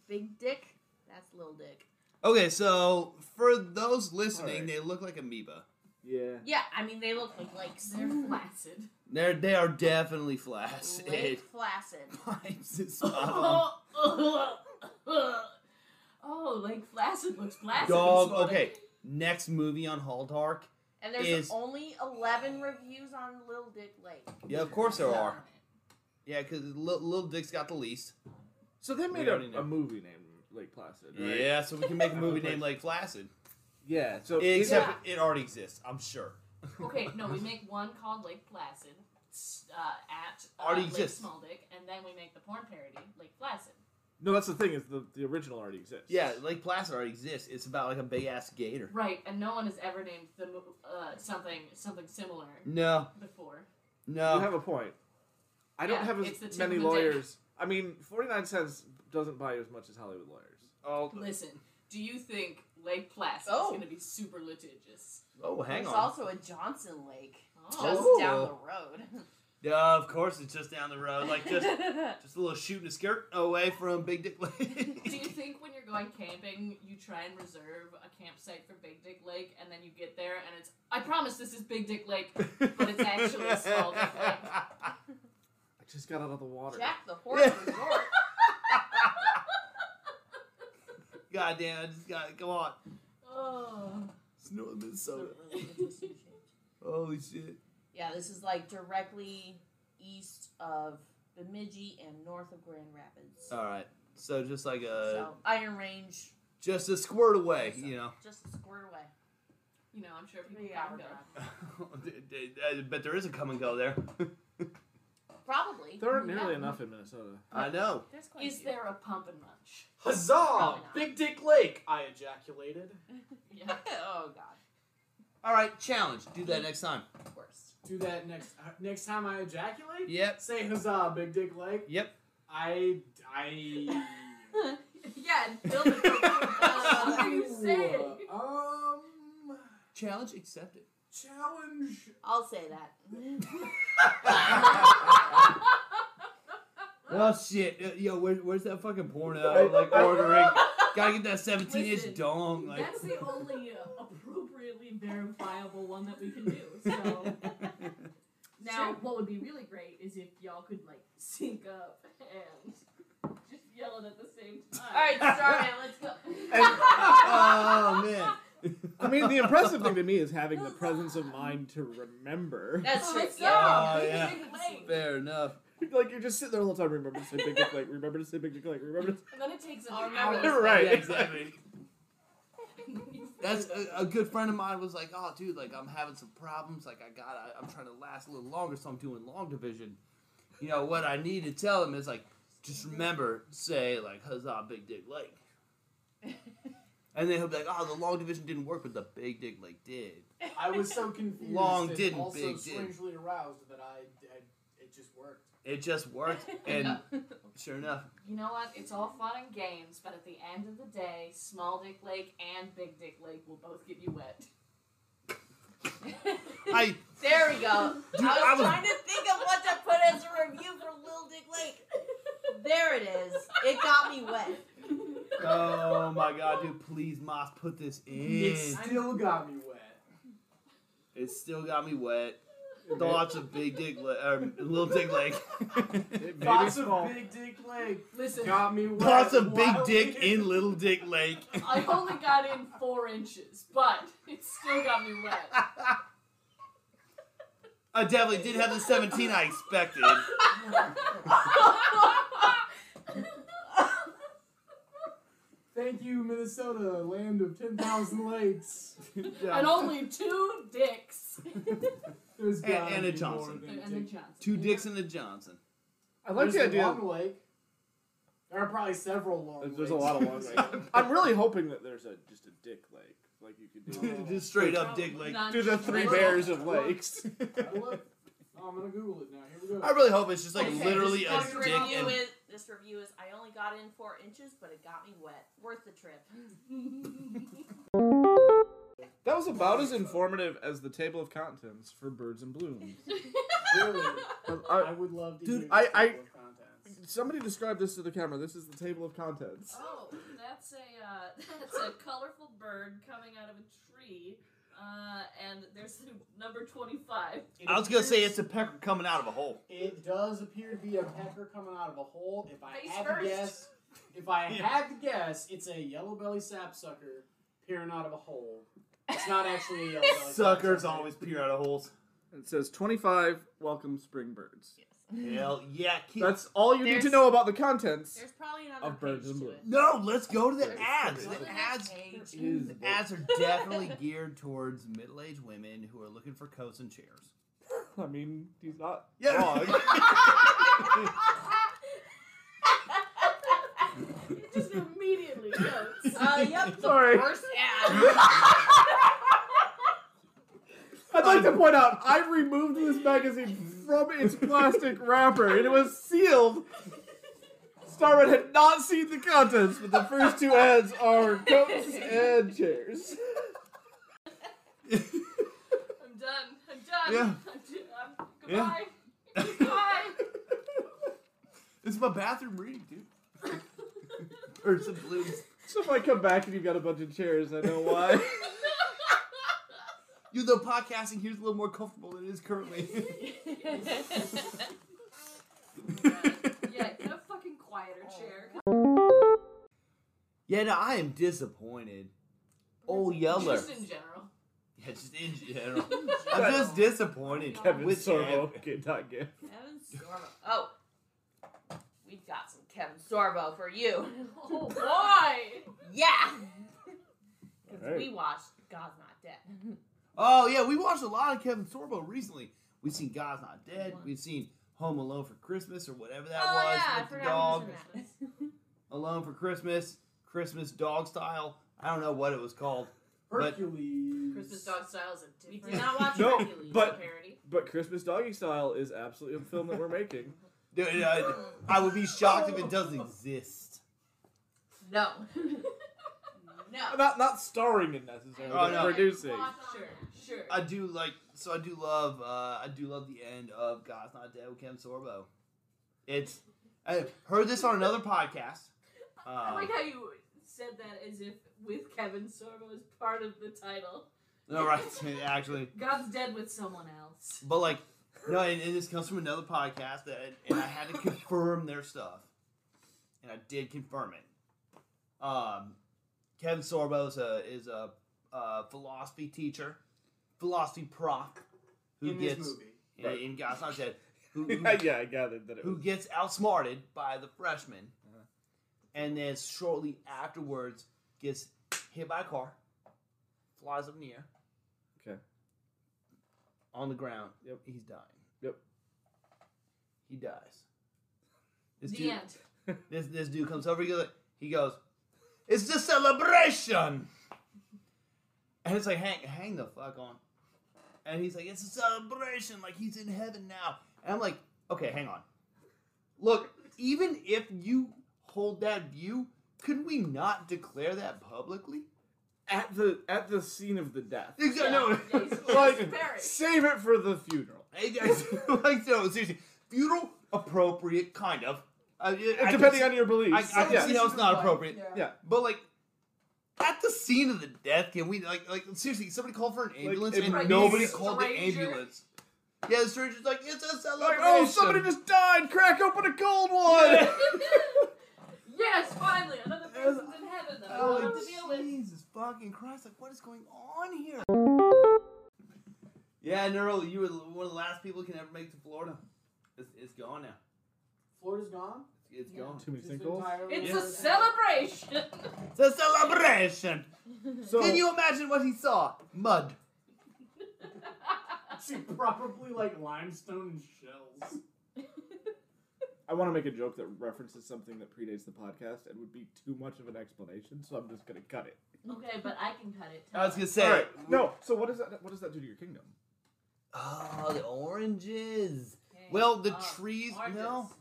Speaker 6: Big Dick. That's Little Dick.
Speaker 1: okay, so for those listening,
Speaker 3: Alright.
Speaker 1: they look like amoeba.
Speaker 3: Yeah.
Speaker 6: Yeah, I mean they look like lakes.
Speaker 2: they're flaccid.
Speaker 1: They're they are definitely flaccid.
Speaker 6: Lake flaccid.
Speaker 1: Pipes is
Speaker 2: Oh, like flaccid looks flaccid. this
Speaker 1: Dog.
Speaker 2: morning.
Speaker 1: Okay, next movie on Hall Dark.
Speaker 6: And there's
Speaker 1: Is-
Speaker 6: only 11 reviews on Little Dick Lake.
Speaker 1: Yeah, of course there are. Yeah, because Little Dick's got the least.
Speaker 3: So they made
Speaker 1: already
Speaker 3: a,
Speaker 1: know.
Speaker 3: a movie named Lake Placid, right?
Speaker 1: Yeah, so we can make a movie named Lake Flaccid.
Speaker 3: Yeah. So
Speaker 1: Except it already exists, I'm sure.
Speaker 2: Okay, no, we make one called Lake Placid s- uh, at uh,
Speaker 1: Already
Speaker 2: Lake
Speaker 1: exists.
Speaker 2: Small Dick, and then we make the porn parody Lake Placid.
Speaker 3: no, that's the thing is the, the original already exists.
Speaker 1: Yeah, Lake Placid already exists. It's about like a big ass gator.
Speaker 2: Right, and no one has ever named the mo- uh, something something similar
Speaker 1: No,
Speaker 2: before.
Speaker 3: You
Speaker 1: no.
Speaker 3: have a point. I don't
Speaker 2: Yeah,
Speaker 3: have
Speaker 2: it's the tip
Speaker 3: as
Speaker 2: of
Speaker 3: many
Speaker 2: the dick.
Speaker 3: lawyers. I mean, 49 cents doesn't buy you as much as Hollywood lawyers.
Speaker 1: Oh,
Speaker 2: Listen, do you think Lake Placid
Speaker 6: Oh.
Speaker 2: is going to be super litigious?
Speaker 1: oh, hang
Speaker 6: there's
Speaker 1: on.
Speaker 6: also a Johnson Lake just
Speaker 2: Oh,
Speaker 6: down the
Speaker 1: Oh.
Speaker 6: road.
Speaker 1: Yeah, of course, it's just down the road, like just Oh, just a little shooting a skirt away from Big Dick
Speaker 2: do you
Speaker 1: Lake.
Speaker 2: think when you're going camping, you try and reserve a campsite for Big Dick Lake, and then you get there and it's I promise this is Big Dick Lake. But it's actually a small dick lake.
Speaker 3: I just got out of the water.
Speaker 6: Jack the Horse Resort.
Speaker 1: God damn, I just got come on.
Speaker 2: Oh.
Speaker 1: It's North Minnesota.
Speaker 2: Minnesota.
Speaker 1: Holy shit.
Speaker 6: yeah, this is like directly east of Bemidji and north of Grand Rapids.
Speaker 1: All right, so just like a
Speaker 6: so Iron Range,
Speaker 1: just a squirt away, you know.
Speaker 6: just a square away.
Speaker 2: You know, I'm sure people
Speaker 6: Three hour
Speaker 2: can go.
Speaker 6: drive.
Speaker 1: I bet there is a come and go there.
Speaker 6: Probably.
Speaker 3: There aren't
Speaker 2: Yeah.
Speaker 3: nearly enough in Minnesota.
Speaker 1: I know.
Speaker 6: There's quite a
Speaker 2: Is
Speaker 6: few.
Speaker 2: there a pump and munch?
Speaker 4: Huzzah!
Speaker 6: Probably not.
Speaker 4: Big Dick Lake! I ejaculated.
Speaker 2: Yeah.
Speaker 6: oh God,
Speaker 1: All right, challenge. Do that next time.
Speaker 6: worst.
Speaker 4: Do that next uh, next time I ejaculate.
Speaker 1: Yep.
Speaker 4: Say huzzah, Big Dick Lake.
Speaker 1: Yep.
Speaker 4: I I.
Speaker 6: yeah, and build it from
Speaker 2: What
Speaker 6: uh,
Speaker 2: are you saying?
Speaker 4: Um,
Speaker 1: Challenge accepted.
Speaker 4: challenge.
Speaker 6: I'll say that.
Speaker 1: Oh shit, Uh, yo, where, where's that fucking porno? Like ordering, gotta get that seventeen-inch
Speaker 2: Listen,
Speaker 1: dong. Like,
Speaker 2: That's the only uh, appropriately verifiable one that we can do. So now, what would be really great is if y'all could like sync up and just yell it at the same time.
Speaker 6: All right, start it. Let's go.
Speaker 1: oh man.
Speaker 3: I mean, the impressive thing to me is having the presence of mind to remember.
Speaker 6: That's true.
Speaker 2: Let's go.
Speaker 6: Yeah.
Speaker 1: Oh,
Speaker 2: Big
Speaker 1: yeah.
Speaker 2: Big Lake.
Speaker 1: Fair enough.
Speaker 3: like you're just sitting there all the time. Remember to say big dick like. Remember to say big dick like. Remember to.
Speaker 2: And then it takes an
Speaker 6: I'll
Speaker 2: hour.
Speaker 6: remember
Speaker 3: You're right.
Speaker 1: Yeah, exactly.
Speaker 2: You
Speaker 1: That's a, a good friend of mine was like, "Oh, dude, like I'm having some problems. Like I got, to I'm trying to last a little longer, so I'm doing long division. You know what I need to tell him is like, just remember, say like, huzzah, big dick lake." And then he'll be like, "Oh, the long division didn't work, but the big dick lake did."
Speaker 4: I was so confused.
Speaker 1: Long
Speaker 4: and
Speaker 1: didn't,
Speaker 4: also
Speaker 1: Big Dick.
Speaker 4: strangely aroused that I, I it just worked.
Speaker 1: It just worked, and sure enough,
Speaker 2: You know what? It's all fun and games, but at the end of the day, Small Dick Lake and Big Dick Lake will both get you wet.
Speaker 1: I
Speaker 6: There we go.
Speaker 1: Dude,
Speaker 6: I was
Speaker 1: I was-
Speaker 6: trying to think of what to put as a review for Lil Dick Lake. There it is. It got me wet.
Speaker 1: oh my god, dude, please, Moss, put this
Speaker 4: It
Speaker 1: in.
Speaker 4: still got me wet.
Speaker 1: It still got me wet. Thoughts of big dick, Lake or little dick lake.
Speaker 3: It made
Speaker 4: Lots
Speaker 3: me
Speaker 4: of
Speaker 3: fall.
Speaker 4: Big Dick Lake
Speaker 2: Listen,
Speaker 4: got me wet.
Speaker 1: Lots of big
Speaker 4: Wow.
Speaker 1: dick in Little Dick Lake.
Speaker 2: I only got in four inches, but it still got me wet.
Speaker 1: I definitely did have the 17 I expected.
Speaker 4: Thank you, Minnesota, land of ten thousand lakes.
Speaker 2: And only two dicks.
Speaker 4: There's
Speaker 1: And-
Speaker 4: gotta
Speaker 1: and a
Speaker 4: be
Speaker 1: Johnson.
Speaker 4: more than
Speaker 2: And
Speaker 4: a
Speaker 2: the
Speaker 4: dick
Speaker 2: Johnson.
Speaker 1: Two dicks and a Johnson.
Speaker 3: I like
Speaker 4: There's
Speaker 3: the idea.
Speaker 4: Long lake. There are probably several long lakes.
Speaker 3: There's a lot of long lakes. Oh, I'm really hoping that there's a just a dick lake, like you could do.
Speaker 1: Just straight up Dick Lake.
Speaker 2: Not
Speaker 3: do the three
Speaker 2: true.
Speaker 3: bears of lakes.
Speaker 4: Look. Oh, I'm gonna Google it now. Here we go.
Speaker 1: I really hope it's just like
Speaker 6: Okay,
Speaker 1: literally a
Speaker 6: just
Speaker 1: dick
Speaker 6: review
Speaker 1: and
Speaker 6: it This review is I only got in four inches, but it got me wet. Worth the trip.
Speaker 3: That was about as informative as the table of contents for Birds and Blooms.
Speaker 4: Really, I
Speaker 3: I-
Speaker 4: would love to
Speaker 3: Dude,
Speaker 4: hear
Speaker 3: I-
Speaker 4: this
Speaker 3: I-
Speaker 4: table of contents.
Speaker 3: somebody describe this to the camera. This is the table of contents.
Speaker 2: Oh, that's a uh, that's a colorful bird coming out of a tree, uh, and there's number twenty-five.
Speaker 4: It
Speaker 1: I was gonna say
Speaker 4: appears-
Speaker 1: it's a pecker coming out of a hole.
Speaker 4: It does appear to be a pecker coming out of a hole. If I
Speaker 2: Face
Speaker 4: had
Speaker 2: first.
Speaker 4: to guess, if I
Speaker 1: Yeah.
Speaker 4: had to guess, it's a yellow belly sapsucker peering out of a hole. It's not actually a yellow belly
Speaker 1: Suckers
Speaker 4: sapsucker.
Speaker 1: always peer out of holes.
Speaker 3: It says 25 welcome spring birds.
Speaker 1: Hell yeah, keep.
Speaker 3: That's all you need to
Speaker 6: There's-
Speaker 3: know about the contents.
Speaker 6: There's probably another
Speaker 3: Of Birds
Speaker 6: page
Speaker 3: and
Speaker 6: to
Speaker 3: Blue.
Speaker 6: it.
Speaker 1: no. Let's go to the
Speaker 6: There's
Speaker 1: ads.
Speaker 6: probably
Speaker 1: The
Speaker 6: another
Speaker 1: ads,
Speaker 6: page.
Speaker 3: Is
Speaker 1: the ads are definitely geared towards middle-aged women who are looking for coats and chairs. Oh,
Speaker 3: I mean, he's not
Speaker 1: Yeah.
Speaker 3: wrong.
Speaker 2: It just immediately goes.
Speaker 6: Uh, yep. the
Speaker 3: Sorry.
Speaker 6: First ad.
Speaker 3: I'd like to point out I removed this magazine from its plastic wrapper and it was sealed. Starman had not seen the contents, but the first two ads are coats and chairs.
Speaker 2: I'm done. I'm done.
Speaker 1: Yeah.
Speaker 2: I'm, d- I'm,
Speaker 1: Yeah.
Speaker 2: goodbye. Goodbye.
Speaker 1: It's my bathroom reading, dude. Birds and blooms.
Speaker 3: So if I come back and you've got a bunch of chairs, I know why.
Speaker 1: You though podcasting here's a little more comfortable than it is currently.
Speaker 2: yeah, get a fucking quieter chair.
Speaker 6: Oh.
Speaker 1: yeah, no, I am disappointed. Old Yeller.
Speaker 2: Just in general.
Speaker 1: yeah, just in general. I'm just disappointed.
Speaker 3: Kevin
Speaker 1: with
Speaker 3: Sorbo.
Speaker 1: Ev-
Speaker 3: Okay, not good.
Speaker 6: Kevin Sorbo. Oh, we've got some Kevin Sorbo for you.
Speaker 2: Oh boy!
Speaker 6: Yeah. 'Cause
Speaker 3: Alright.
Speaker 6: We watched God's Not Dead.
Speaker 1: Oh yeah, we watched a lot of Kevin Sorbo recently. We've seen God's Not Dead. We've seen Home Alone for Christmas or whatever that
Speaker 6: oh
Speaker 1: was
Speaker 6: yeah, I
Speaker 1: with the
Speaker 6: forgot.
Speaker 1: dog.
Speaker 6: he was in that.
Speaker 1: Alone for Christmas, Christmas dog style. I don't know what it was called. But-
Speaker 4: Hercules.
Speaker 2: Christmas dog style is a
Speaker 6: We
Speaker 2: different.
Speaker 6: did not watch
Speaker 3: No,
Speaker 6: Hercules.
Speaker 3: but-
Speaker 6: parody.
Speaker 3: But Christmas Doggy Style is absolutely a film that we're making.
Speaker 1: Dude, I, I would be shocked if it doesn't exist.
Speaker 6: No. no.
Speaker 3: Not not starring in necessarily,
Speaker 1: Oh,
Speaker 3: but
Speaker 1: no.
Speaker 3: producing.
Speaker 2: Sure, sure.
Speaker 1: I do like so I do love uh I do love the end of God's Not Dead with Kevin Sorbo. It's I heard this on another podcast.
Speaker 6: Oh
Speaker 2: I
Speaker 1: Um,
Speaker 2: like how you said that as if with Kevin Sorbo as part of the title.
Speaker 1: no, right, actually.
Speaker 2: God's dead with someone else.
Speaker 1: But like, no, and, and this comes from another podcast that, and I had to confirm their stuff, and I did confirm it. Um, Kevin Sorbo is a is a uh, philosophy teacher, philosophy prof, who
Speaker 4: in
Speaker 1: gets
Speaker 4: this movie.
Speaker 1: in, in God's not dead, who, who,
Speaker 3: yeah, I gathered that it
Speaker 1: who
Speaker 3: was.
Speaker 1: gets outsmarted by the freshman,
Speaker 4: Uh-huh.
Speaker 1: and then shortly afterwards gets hit by a car, flies up in the air.
Speaker 3: Okay.
Speaker 1: On the ground.
Speaker 3: Yep.
Speaker 1: He's dying.
Speaker 3: Yep.
Speaker 1: He dies. This
Speaker 2: the
Speaker 1: dude,
Speaker 2: end.
Speaker 1: This this dude comes over. He goes. He goes. It's the celebration. And it's like hang hang the fuck on. And he's like, it's a celebration. Like he's in heaven now. And I'm like, okay, hang on. Look, even if you hold that view, could we not declare that publicly?
Speaker 3: At the at the scene of the death.
Speaker 1: Exactly. No.
Speaker 2: Yeah, he's- he's
Speaker 3: like
Speaker 2: buried.
Speaker 3: save it for the funeral.
Speaker 1: Hey, guys, like no, seriously, funeral appropriate, kind of. Uh,
Speaker 3: Depending on your beliefs.
Speaker 1: I- I can
Speaker 3: yeah.
Speaker 1: see how it's not appropriate.
Speaker 3: Yeah.
Speaker 1: But like at the scene of the death, can we like like seriously somebody called for an ambulance
Speaker 3: if
Speaker 1: and
Speaker 3: Right,
Speaker 1: nobody
Speaker 2: this
Speaker 1: called
Speaker 2: stranger-
Speaker 1: the ambulance? Yeah, the surgeon's like, it's a
Speaker 3: Like,
Speaker 1: celebration.
Speaker 3: oh, somebody just died. Crack open a cold one.
Speaker 2: yes, finally, another person's in heaven that I
Speaker 1: Oh,
Speaker 2: don't
Speaker 1: like,
Speaker 2: have to deal with.
Speaker 1: Jesus fucking Christ! Like, what is going on here? Yeah, Neural, you were the- one of the last people who can ever make it to Florida. It's, it's gone now.
Speaker 4: Florida's gone.
Speaker 1: It's, it's
Speaker 6: Yeah.
Speaker 1: gone.
Speaker 3: Too many
Speaker 4: Just
Speaker 3: sinkholes.
Speaker 4: entirely
Speaker 2: It's a
Speaker 4: Florida's gone.
Speaker 2: celebration.
Speaker 1: It's a celebration.
Speaker 3: So
Speaker 1: Can you imagine what he saw? Mud.
Speaker 4: She probably like limestone and shells.
Speaker 3: I want to make a joke that references something that predates the podcast and would be too much of an explanation, so I'm just gonna cut it.
Speaker 2: okay, but I can cut it.
Speaker 1: I was gonna say.
Speaker 3: All right. No. So what does that what does that do to your kingdom?
Speaker 1: Oh, the oranges.
Speaker 2: Okay.
Speaker 1: Well, the
Speaker 2: Uh,
Speaker 1: trees. No.
Speaker 2: oranges.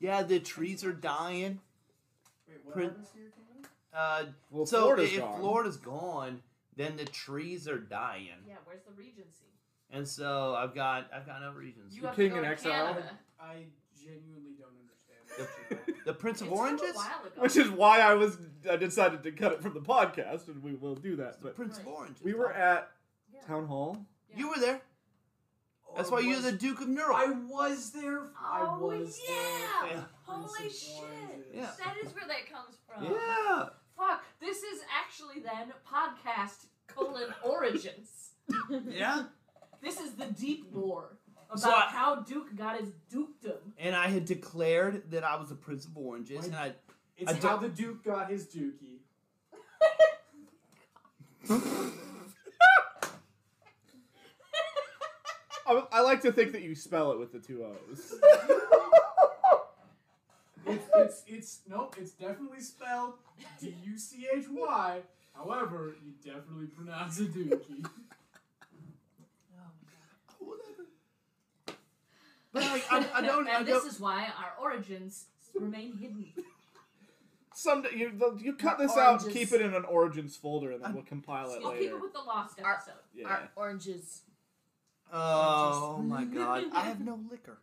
Speaker 1: yeah, the trees are dying.
Speaker 4: Wait, what
Speaker 1: Print-
Speaker 4: happens to your kingdom?
Speaker 1: Uh,
Speaker 3: Well,
Speaker 1: so
Speaker 3: Florida's
Speaker 1: if
Speaker 3: gone.
Speaker 1: Florida's gone, then the trees are dying,
Speaker 2: Yeah, where's the Regency?
Speaker 1: and so I've got I've got no regions.
Speaker 2: You
Speaker 3: The
Speaker 2: have
Speaker 3: king
Speaker 2: to go
Speaker 3: in
Speaker 2: to
Speaker 3: exile.
Speaker 2: Canada.
Speaker 4: I genuinely don't understand.
Speaker 1: The-
Speaker 4: what you're-
Speaker 1: The Prince of
Speaker 2: It's from
Speaker 1: Oranges.
Speaker 2: A while ago.
Speaker 3: Which is why I was I decided to cut it from the podcast, and we will do
Speaker 1: It's
Speaker 3: that.
Speaker 1: the
Speaker 3: But
Speaker 1: Prince of
Speaker 2: Right.
Speaker 1: Oranges.
Speaker 3: we were at
Speaker 2: Yeah.
Speaker 3: town hall.
Speaker 1: You were there. That's why
Speaker 4: Or
Speaker 1: you're
Speaker 4: was-
Speaker 1: the Duke of
Speaker 4: I
Speaker 1: Neural.
Speaker 4: was there. I
Speaker 2: Oh,
Speaker 4: was
Speaker 2: yeah!
Speaker 4: there.
Speaker 2: Holy
Speaker 4: Prince of
Speaker 2: shit.
Speaker 4: Oranges.
Speaker 1: Yeah.
Speaker 2: That is where that comes from.
Speaker 1: Yeah.
Speaker 2: Fuck. This is actually then podcast colon origins.
Speaker 1: Yeah.
Speaker 2: This is the deep lore about
Speaker 1: So I-
Speaker 2: how Duke got his dukedom.
Speaker 1: And I had declared that I was the Prince of Oranges, and I
Speaker 4: It's
Speaker 1: I
Speaker 4: how
Speaker 1: don't-
Speaker 4: the Duke got his dookie.
Speaker 3: I, I like to think that you spell it with the two O's.
Speaker 4: It's it's it's nope. It's definitely spelled D U C H Y. However, you definitely pronounce it dookie.
Speaker 1: But like, I, I don't. I
Speaker 2: and this
Speaker 1: don't.
Speaker 2: is why our origins remain hidden.
Speaker 3: Someday you you cut this out, and keep it in an origins folder, and then we'll compile it
Speaker 2: We'll keep
Speaker 3: later.
Speaker 2: it with the lost
Speaker 5: Our-
Speaker 2: episode.
Speaker 3: Yeah.
Speaker 5: Our oranges.
Speaker 1: Oh my god! I have no liquor.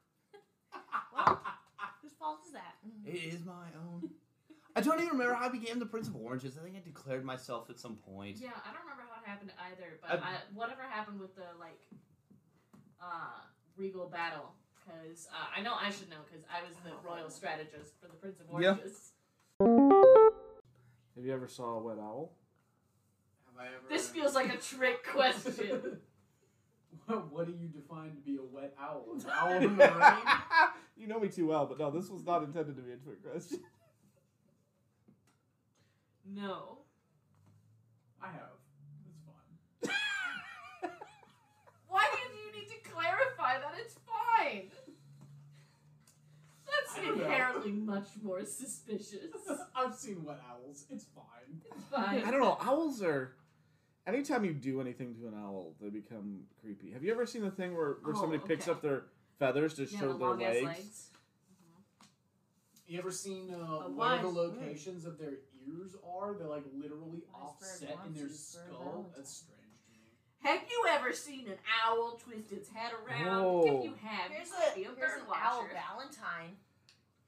Speaker 6: Ah,
Speaker 5: Whose fault is that?
Speaker 1: It is my own. I don't even remember how I became the Prince of Oranges. I think I declared myself at some point.
Speaker 2: Yeah, I don't remember how it happened either, but I,
Speaker 1: I-
Speaker 2: whatever happened with the like uh, regal battle, because uh, I know I should know because I was the
Speaker 5: Oh.
Speaker 2: royal strategist for the Prince of
Speaker 1: Yeah.
Speaker 2: Oranges.
Speaker 3: Have you ever saw a wet owl?
Speaker 4: Have I ever?
Speaker 2: This feels like a trick question.
Speaker 4: what, what do you define to be a wet owl? An owl in the rain?
Speaker 3: you know me too well, but no, this was not intended to be a trick question.
Speaker 2: No.
Speaker 4: I have. That's fine.
Speaker 2: Why did you need to clarify that? It's fine.
Speaker 4: I
Speaker 2: That's
Speaker 4: don't know.
Speaker 2: inherently much more suspicious.
Speaker 4: I've seen wet owls. It's fine.
Speaker 2: It's fine.
Speaker 3: I don't know. Owls are. Anytime you do anything to an owl, they become creepy. Have you ever seen the thing where, where
Speaker 2: Oh,
Speaker 3: somebody picks
Speaker 2: okay.
Speaker 3: up their feathers to
Speaker 2: Yeah,
Speaker 3: show
Speaker 2: the
Speaker 3: their
Speaker 2: long ass
Speaker 3: legs?
Speaker 2: legs.
Speaker 4: You ever seen uh,
Speaker 2: A
Speaker 4: where the
Speaker 2: wise-
Speaker 4: locations of their ears are? They're like literally
Speaker 6: Wise bird
Speaker 4: offset in their
Speaker 6: wants you for a
Speaker 4: skull.
Speaker 6: valentine.
Speaker 4: That's strange to me.
Speaker 2: Have you ever seen an owl twist its head around?
Speaker 3: No.
Speaker 2: If you have,
Speaker 5: Here's
Speaker 2: you
Speaker 5: a
Speaker 2: must be
Speaker 5: here's
Speaker 2: a
Speaker 5: an
Speaker 2: bird
Speaker 5: owl
Speaker 2: watcher.
Speaker 5: Valentine.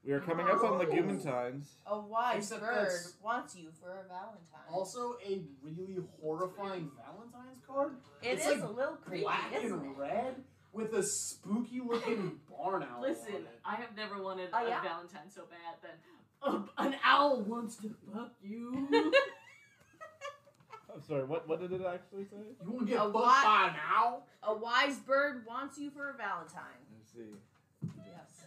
Speaker 3: We are coming up on
Speaker 4: Oh.
Speaker 3: Legumentine's.
Speaker 6: A wise
Speaker 4: Except
Speaker 6: bird
Speaker 4: that's-
Speaker 6: wants you for a Valentine.
Speaker 4: Also, a really horrifying Valentine's card.
Speaker 6: It
Speaker 4: it's
Speaker 6: is
Speaker 4: like
Speaker 6: a little creepy,
Speaker 4: Black
Speaker 6: isn't
Speaker 4: and
Speaker 6: it?
Speaker 4: red with a spooky looking barn owl. on
Speaker 2: Listen,
Speaker 4: it.
Speaker 2: I have never wanted
Speaker 6: Oh, yeah?
Speaker 2: a Valentine so bad that uh, an owl wants to fuck you.
Speaker 3: I'm sorry, what, what did it actually say?
Speaker 4: You want to get
Speaker 6: A
Speaker 4: fucked
Speaker 6: what?
Speaker 4: by an owl?
Speaker 6: A wise bird wants you for a Valentine.
Speaker 3: Let's see.
Speaker 6: Yes.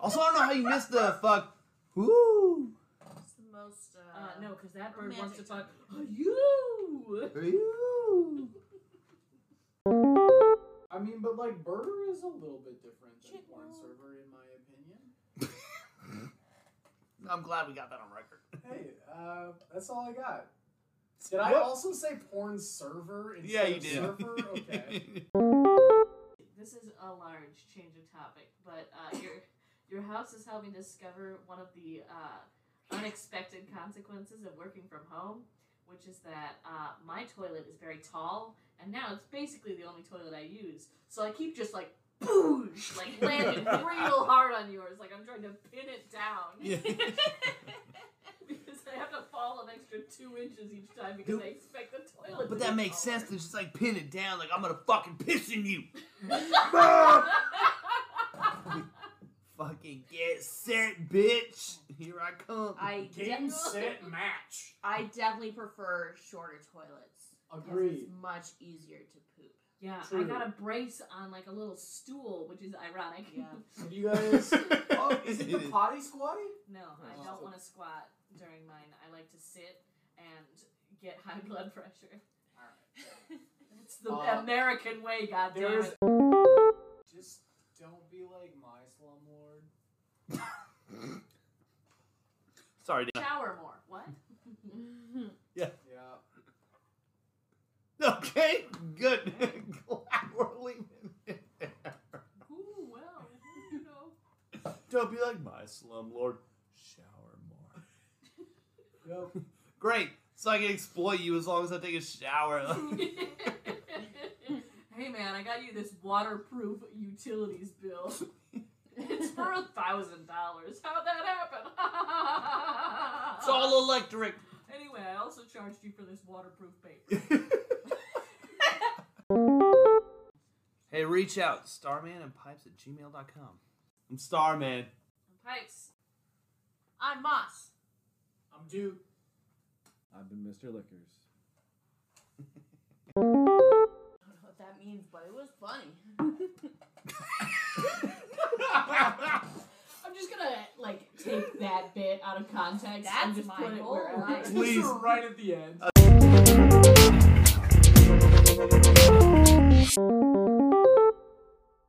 Speaker 1: Also, I don't know how you missed the fuck. Woo!
Speaker 6: It's the most. Uh,
Speaker 2: uh, no, because that bird wants to
Speaker 6: Romantic.
Speaker 2: fuck you.
Speaker 1: Woo!
Speaker 4: I mean, but like, burger is a little bit different than
Speaker 5: Chicken.
Speaker 4: porn server, in my opinion.
Speaker 1: I'm glad we got that on record.
Speaker 4: Hey, uh, that's all I got. Did I
Speaker 3: What?
Speaker 4: also say porn server instead
Speaker 1: Yeah, you
Speaker 4: of
Speaker 1: did.
Speaker 4: surfer? Okay.
Speaker 2: This is a large change of topic, but uh, your your house is helping discover one of the uh, unexpected consequences of working from home, which is that uh, my toilet is very tall, and now it's basically the only toilet I use. So I keep just like boosh, like landing real hard on yours, like I'm trying to pin it down.
Speaker 1: Yeah.
Speaker 2: because I have to fall an extra two inches each time because I expect the toilet.
Speaker 1: but
Speaker 2: to
Speaker 1: that
Speaker 2: be
Speaker 1: makes
Speaker 2: taller.
Speaker 1: sense. To just like pin it down, like I'm gonna fucking piss in you. Fucking get set, bitch. Here I come.
Speaker 6: I
Speaker 4: Game,
Speaker 6: de-
Speaker 4: set, match.
Speaker 6: I definitely prefer shorter toilets. 'cause
Speaker 4: Agreed.
Speaker 6: It's much easier to poop.
Speaker 2: Yeah, I
Speaker 4: True.
Speaker 2: got a brace on like a little stool, which is ironic.
Speaker 6: Yeah.
Speaker 4: Did you guys? oh, is it the
Speaker 1: It is.
Speaker 4: potty squatty?
Speaker 2: no, I
Speaker 4: Oh.
Speaker 2: don't want to squat during mine. I like to sit and get high blood pressure.
Speaker 4: All right.
Speaker 2: It's the
Speaker 4: Uh,
Speaker 2: American way, goddamn
Speaker 4: There's
Speaker 2: it.
Speaker 4: just don't be like my slumlord.
Speaker 1: Sorry. Dan.
Speaker 2: Shower more. What?
Speaker 4: Yeah.
Speaker 1: Okay. Good. Glad we're leaving.
Speaker 2: Ooh, well, you know.
Speaker 1: Don't be like my slumlord. Shower more.
Speaker 4: Yep.
Speaker 1: Great. So I can exploit you as long as I take a shower.
Speaker 2: hey man, I got you this waterproof utilities bill. It's for a thousand dollars. How'd that happen?
Speaker 1: it's all electric.
Speaker 2: Anyway, I also charged you for this waterproof paper.
Speaker 1: Hey, reach out. Starman and pipes at gmail.com. I'm Starman.
Speaker 2: Pipes. I'm Moss.
Speaker 4: I'm due.
Speaker 3: I've been Mr. Lickers.
Speaker 6: I don't know what that means, but it was funny.
Speaker 2: I'm just gonna like take that bit out of context and
Speaker 6: That's
Speaker 2: just
Speaker 6: my
Speaker 2: put it
Speaker 6: whole
Speaker 2: where
Speaker 6: life.
Speaker 2: I-
Speaker 1: Please.
Speaker 4: right at the end.